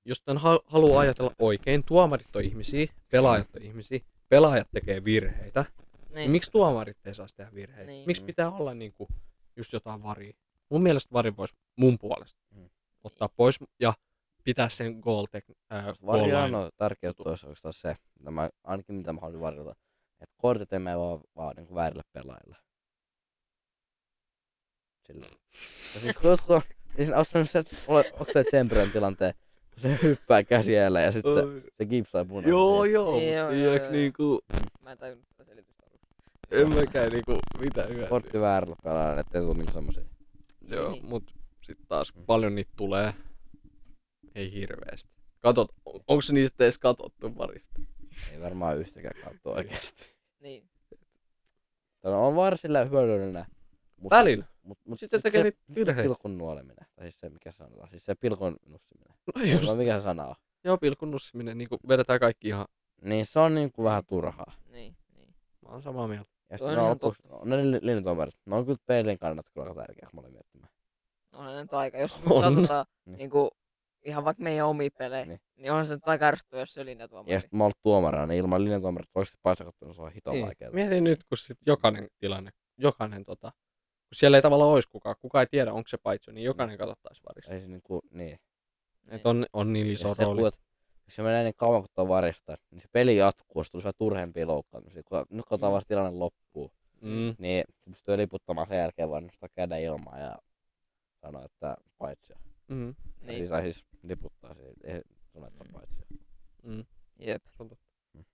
Speaker 2: jos tämän hal- haluaa ajatella oikein, tuomarit on ihmisiä, pelaajat on ihmisiä, pelaajat tekee virheitä. Niin. Miksi tuomarit ei saisi tehdä virheitä? Niin.
Speaker 3: Niin.
Speaker 2: Miksi
Speaker 1: Mm.
Speaker 2: pitää olla niinku just jotain varia? Mun mielestä vari voisi mun puolesta
Speaker 1: Mm.
Speaker 2: ottaa pois ja pitää sen goal, tech, äh, goal
Speaker 1: Varjaan
Speaker 2: line.
Speaker 1: on no, tärkeä tuossa oikeastaan se, mitä mä, ainakin mitä mä haluan varjota, että kortit ei mene vaan, vaan niin kuin väärille pelaajille. Sillä. Ja siis kun jotkut on, siis on sellainen se, että ole, onko se Tsempren tilanteen, kun se hyppää käsiellä ja sitten se niin kipsaa punaisen.
Speaker 2: Joo,
Speaker 1: siihen.
Speaker 2: joo,
Speaker 3: Joo,
Speaker 2: joo,
Speaker 3: joo,
Speaker 2: tiiäks
Speaker 3: joo.
Speaker 2: niinku,
Speaker 3: Mä en tajunnut tätä selitystä.
Speaker 2: en mäkään niinku mitään hyötyä.
Speaker 1: Kortti väärille pelaajille, ettei tule niinku semmosia.
Speaker 2: Joo,
Speaker 3: Niin.
Speaker 2: mut sit taas paljon niitä tulee. Ei hirveesti. Katot, on, onks niistä edes katottu parista?
Speaker 1: Ei varmaan yhtäkään katsoa oikeesti.
Speaker 3: Niin.
Speaker 1: Tämä on varsilla hyödyllinen. Mut,
Speaker 2: Välillä.
Speaker 1: mut, mut
Speaker 2: Sitten tekee niitä
Speaker 1: se
Speaker 2: virheitä.
Speaker 1: pilkun nuoleminen, tai siis se mikä se sanotaan, siis se pilkun nussiminen.
Speaker 2: No
Speaker 1: Just.
Speaker 2: just.
Speaker 1: mikä se sana on?
Speaker 2: Joo, pilkun nussiminen, niinku vedetään kaikki ihan.
Speaker 1: Niin se on niinku vähän turhaa.
Speaker 3: Niin, niin.
Speaker 2: Mä oon samaa mieltä.
Speaker 1: Ja
Speaker 3: Toi
Speaker 1: sitten
Speaker 3: on
Speaker 1: no,
Speaker 3: ihan
Speaker 1: lopuksi, no, ne li- linjatuomarit, ne on kyllä peilin kannalta kyllä aika tärkeä, kun mä olin miettimään.
Speaker 3: No, on ne nyt aika. Jos
Speaker 2: On.
Speaker 3: on. katsotaan
Speaker 1: Niin.
Speaker 3: niin. niinku ihan vaikka meidän omia pelejä,
Speaker 1: Niin.
Speaker 3: niin, niin on se nyt aika ärsyttävää, jos se oli ne tuomari.
Speaker 1: Ja sitten mä oon ollut tuomarina, niin ilman linjatuomarit oikeasti paitsakattuna se on hito
Speaker 2: Niin.
Speaker 1: vaikeaa.
Speaker 2: Mietin nyt, kun sit jokainen tilanne, jokainen tota, kun siellä ei tavallaan olisi kukaan, kukaan ei tiedä, onko se paitsi, niin jokainen katsottaisi varista.
Speaker 1: Ei se niinku, niin.
Speaker 2: Et on, on niin
Speaker 1: Ja
Speaker 2: iso
Speaker 1: sitten
Speaker 2: rooli.
Speaker 1: kuulet- Jos se menee niin kauan kuin tuo varista, niin se peli jatkuu, sitten tulisi vähän turhempia loukkaantumisia. Kun nyt katsotaan
Speaker 2: Mm.
Speaker 1: vasta tilanne loppuu,
Speaker 2: Mm.
Speaker 1: niin se pystyy liputtamaan sen jälkeen vaan nostaa käden ilmaan ja sanoa, että paitsi.
Speaker 2: Mm.
Speaker 1: Niin. Siis,
Speaker 3: Niin,
Speaker 1: tai siis liputtaa se, ei sanoa, että
Speaker 3: Mm.
Speaker 1: paitsi.
Speaker 2: Mm.
Speaker 3: niin. jep.
Speaker 1: Me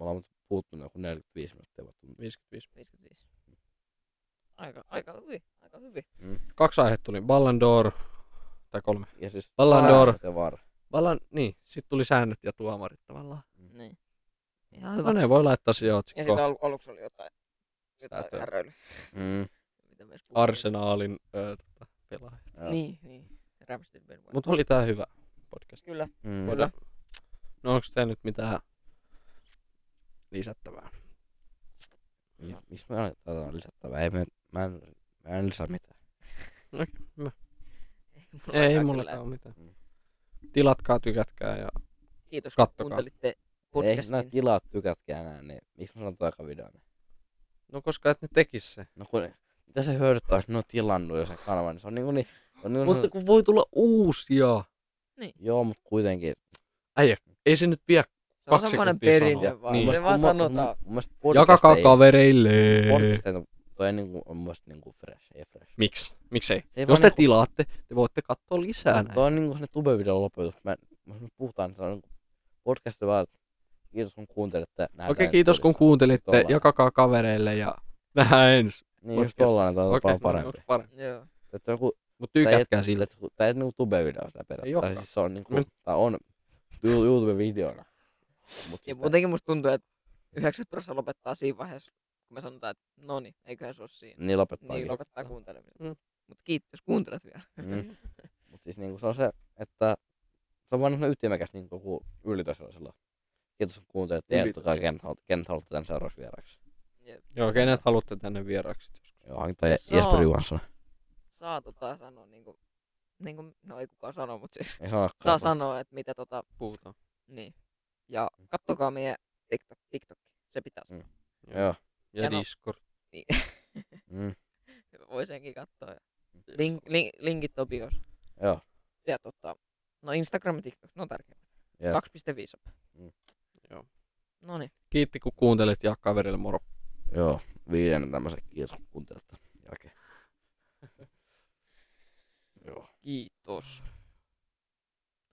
Speaker 1: ollaan mut puuttunut joku 45 minuuttia. vai tunti.
Speaker 2: 55.
Speaker 3: 55. Aika, aika hyvin, aika hyvin.
Speaker 2: Kaksi aihetta tuli. Ballon d'Or, tai kolme.
Speaker 1: Ja siis
Speaker 2: Ballon
Speaker 1: säännöt
Speaker 2: d'Or.
Speaker 1: ja VAR.
Speaker 2: Ballon, niin, sitten tuli säännöt ja tuomarit tavallaan.
Speaker 3: Niin. Ihan hyvä.
Speaker 2: No ne voi laittaa siihen
Speaker 3: ja
Speaker 2: otsikkoon.
Speaker 3: sitten al- aluksi oli jotain, jotain
Speaker 2: Säätöä.
Speaker 3: häröilyä.
Speaker 1: Mm.
Speaker 3: Mitä me edes puhuttiin.
Speaker 2: Arsenaalin öö, tota, pelaaja.
Speaker 1: Joo.
Speaker 3: Niin, niin. Ramstein Ben White.
Speaker 2: Mutta oli tää hyvä podcast.
Speaker 3: Kyllä.
Speaker 1: Mm.
Speaker 2: Voidaan- No onko tää nyt mitään lisättävää?
Speaker 1: Mi- Miksi me aletaan lisättävää? Ei me, mä en, mä en lisää mitään.
Speaker 3: mulla
Speaker 2: Ei
Speaker 3: ainakaan
Speaker 2: mullakaan
Speaker 3: kyllä.
Speaker 2: ole mitään.
Speaker 1: No, Mm.
Speaker 2: Tilatkaa, tykätkää ja
Speaker 3: Kiitos, kun
Speaker 2: Kattokaa.
Speaker 3: kuuntelitte
Speaker 1: Ei
Speaker 3: podcastin.
Speaker 1: näitä tilaat tykätkään enää, niin miksi mä sanotaan joka videon?
Speaker 2: no koska et ne tekis se.
Speaker 1: No kun, mitä se hyödyttää, jos ne on tilannut jo sen kanavan, niin se on niinku niin, on niinku
Speaker 2: Mutta
Speaker 1: se,
Speaker 2: kun voi tulla uusia.
Speaker 1: joo, mut kuitenkin.
Speaker 3: Niin.
Speaker 2: Ei se nyt vie.
Speaker 3: Se on
Speaker 2: kaksi
Speaker 3: semmoinen
Speaker 2: sekuntia
Speaker 3: perinne
Speaker 2: sanoa.
Speaker 3: vaan.
Speaker 2: Niin.
Speaker 3: Se vaan
Speaker 1: mun- mun-
Speaker 3: sanotaan.
Speaker 1: Mun mielestä podcast
Speaker 2: Jakakaa
Speaker 1: ei,
Speaker 2: kavereille.
Speaker 1: podcast toi niinku, on mun mielestä niinku fresh, ei fresh.
Speaker 2: Miksi? Miksei?
Speaker 1: Se ei
Speaker 2: Jos
Speaker 1: vaan
Speaker 2: te
Speaker 1: niinku-
Speaker 2: tilaatte, te voitte katsoa lisää
Speaker 1: Mut
Speaker 2: näitä.
Speaker 1: Toi on niinku se tube-videon lopetus. Mä, jos me puhutaan, että on niinku podcast vaan, että kiitos kun kuuntelitte. nähdään
Speaker 2: Okei,
Speaker 1: ensi
Speaker 2: kiitos kun
Speaker 1: podissa.
Speaker 2: kuuntelitte.
Speaker 1: Tollainen.
Speaker 2: Jakakaa kavereille ja nähdään ensi.
Speaker 1: Niin, just
Speaker 2: podcastissa.
Speaker 1: tollanen, tää on
Speaker 2: Okei,
Speaker 1: paljon
Speaker 2: no niin,
Speaker 1: parempi.
Speaker 2: onks parempi.
Speaker 3: Joo.
Speaker 1: Että joku
Speaker 2: Mutta
Speaker 1: Tää ei-
Speaker 2: tykätkää siltä.
Speaker 1: Tää Tämä ei niinku tube-video sitä periaatteessa.
Speaker 2: olekaan.
Speaker 1: Siis se on niinku,
Speaker 2: Mm.
Speaker 1: tää on Yu- YouTube-videona. Mut
Speaker 3: Ja
Speaker 1: siis tää-
Speaker 3: muutenkin musta tuntuu, että 90 prosenttia lopettaa siinä vaiheessa, kun me sanotaan, että no niin, eiköhän se ole siinä.
Speaker 1: Niin lopettaa.
Speaker 3: Niin lopettaa kuuntelemisen.
Speaker 2: Mm.
Speaker 3: Mutta kiitos, jos kuuntelet vielä.
Speaker 1: Mm. Mutta siis niinku se on se, että se on vaan semmoinen ytimekäs niinku joku ylitasolla sillä. Kiitos kun kuuntelit ja
Speaker 2: Ylitas-
Speaker 1: totta ken haluat, ken haluatte tämän seuraavaksi vieraksi.
Speaker 2: Joo, kenet haluatte tänne vieraksi?
Speaker 1: Joo, hankitaan
Speaker 3: Se on-
Speaker 1: Jesper Juhansson.
Speaker 3: Saa tota sanoa niinku, niinku, no ei kukaan sano, mutta siis
Speaker 1: Ei sanokaan.
Speaker 3: saa sanoa, että mitä tota,
Speaker 2: Puhutaan.
Speaker 3: niin. Ja kattokaa meidän TikTok, TikTok. se pitää sanoa.
Speaker 1: Joo.
Speaker 2: Ja
Speaker 3: Ja no.
Speaker 2: Discord.
Speaker 1: Mm.
Speaker 3: Voi senkin katsoa. Ja link, link, linkit on bios.
Speaker 1: Joo.
Speaker 3: Ja tota, no Instagram ja TikTok, ne on tärkeä.
Speaker 1: Jep.
Speaker 3: 2.5 op.
Speaker 1: Mm.
Speaker 2: Joo.
Speaker 3: No niin,
Speaker 2: Kiitti kun kuuntelit ja kaverille moro.
Speaker 1: Joo. Viiden tämmöisen kiitos kun kuuntelit jälkeen. Joo.
Speaker 3: kiitos.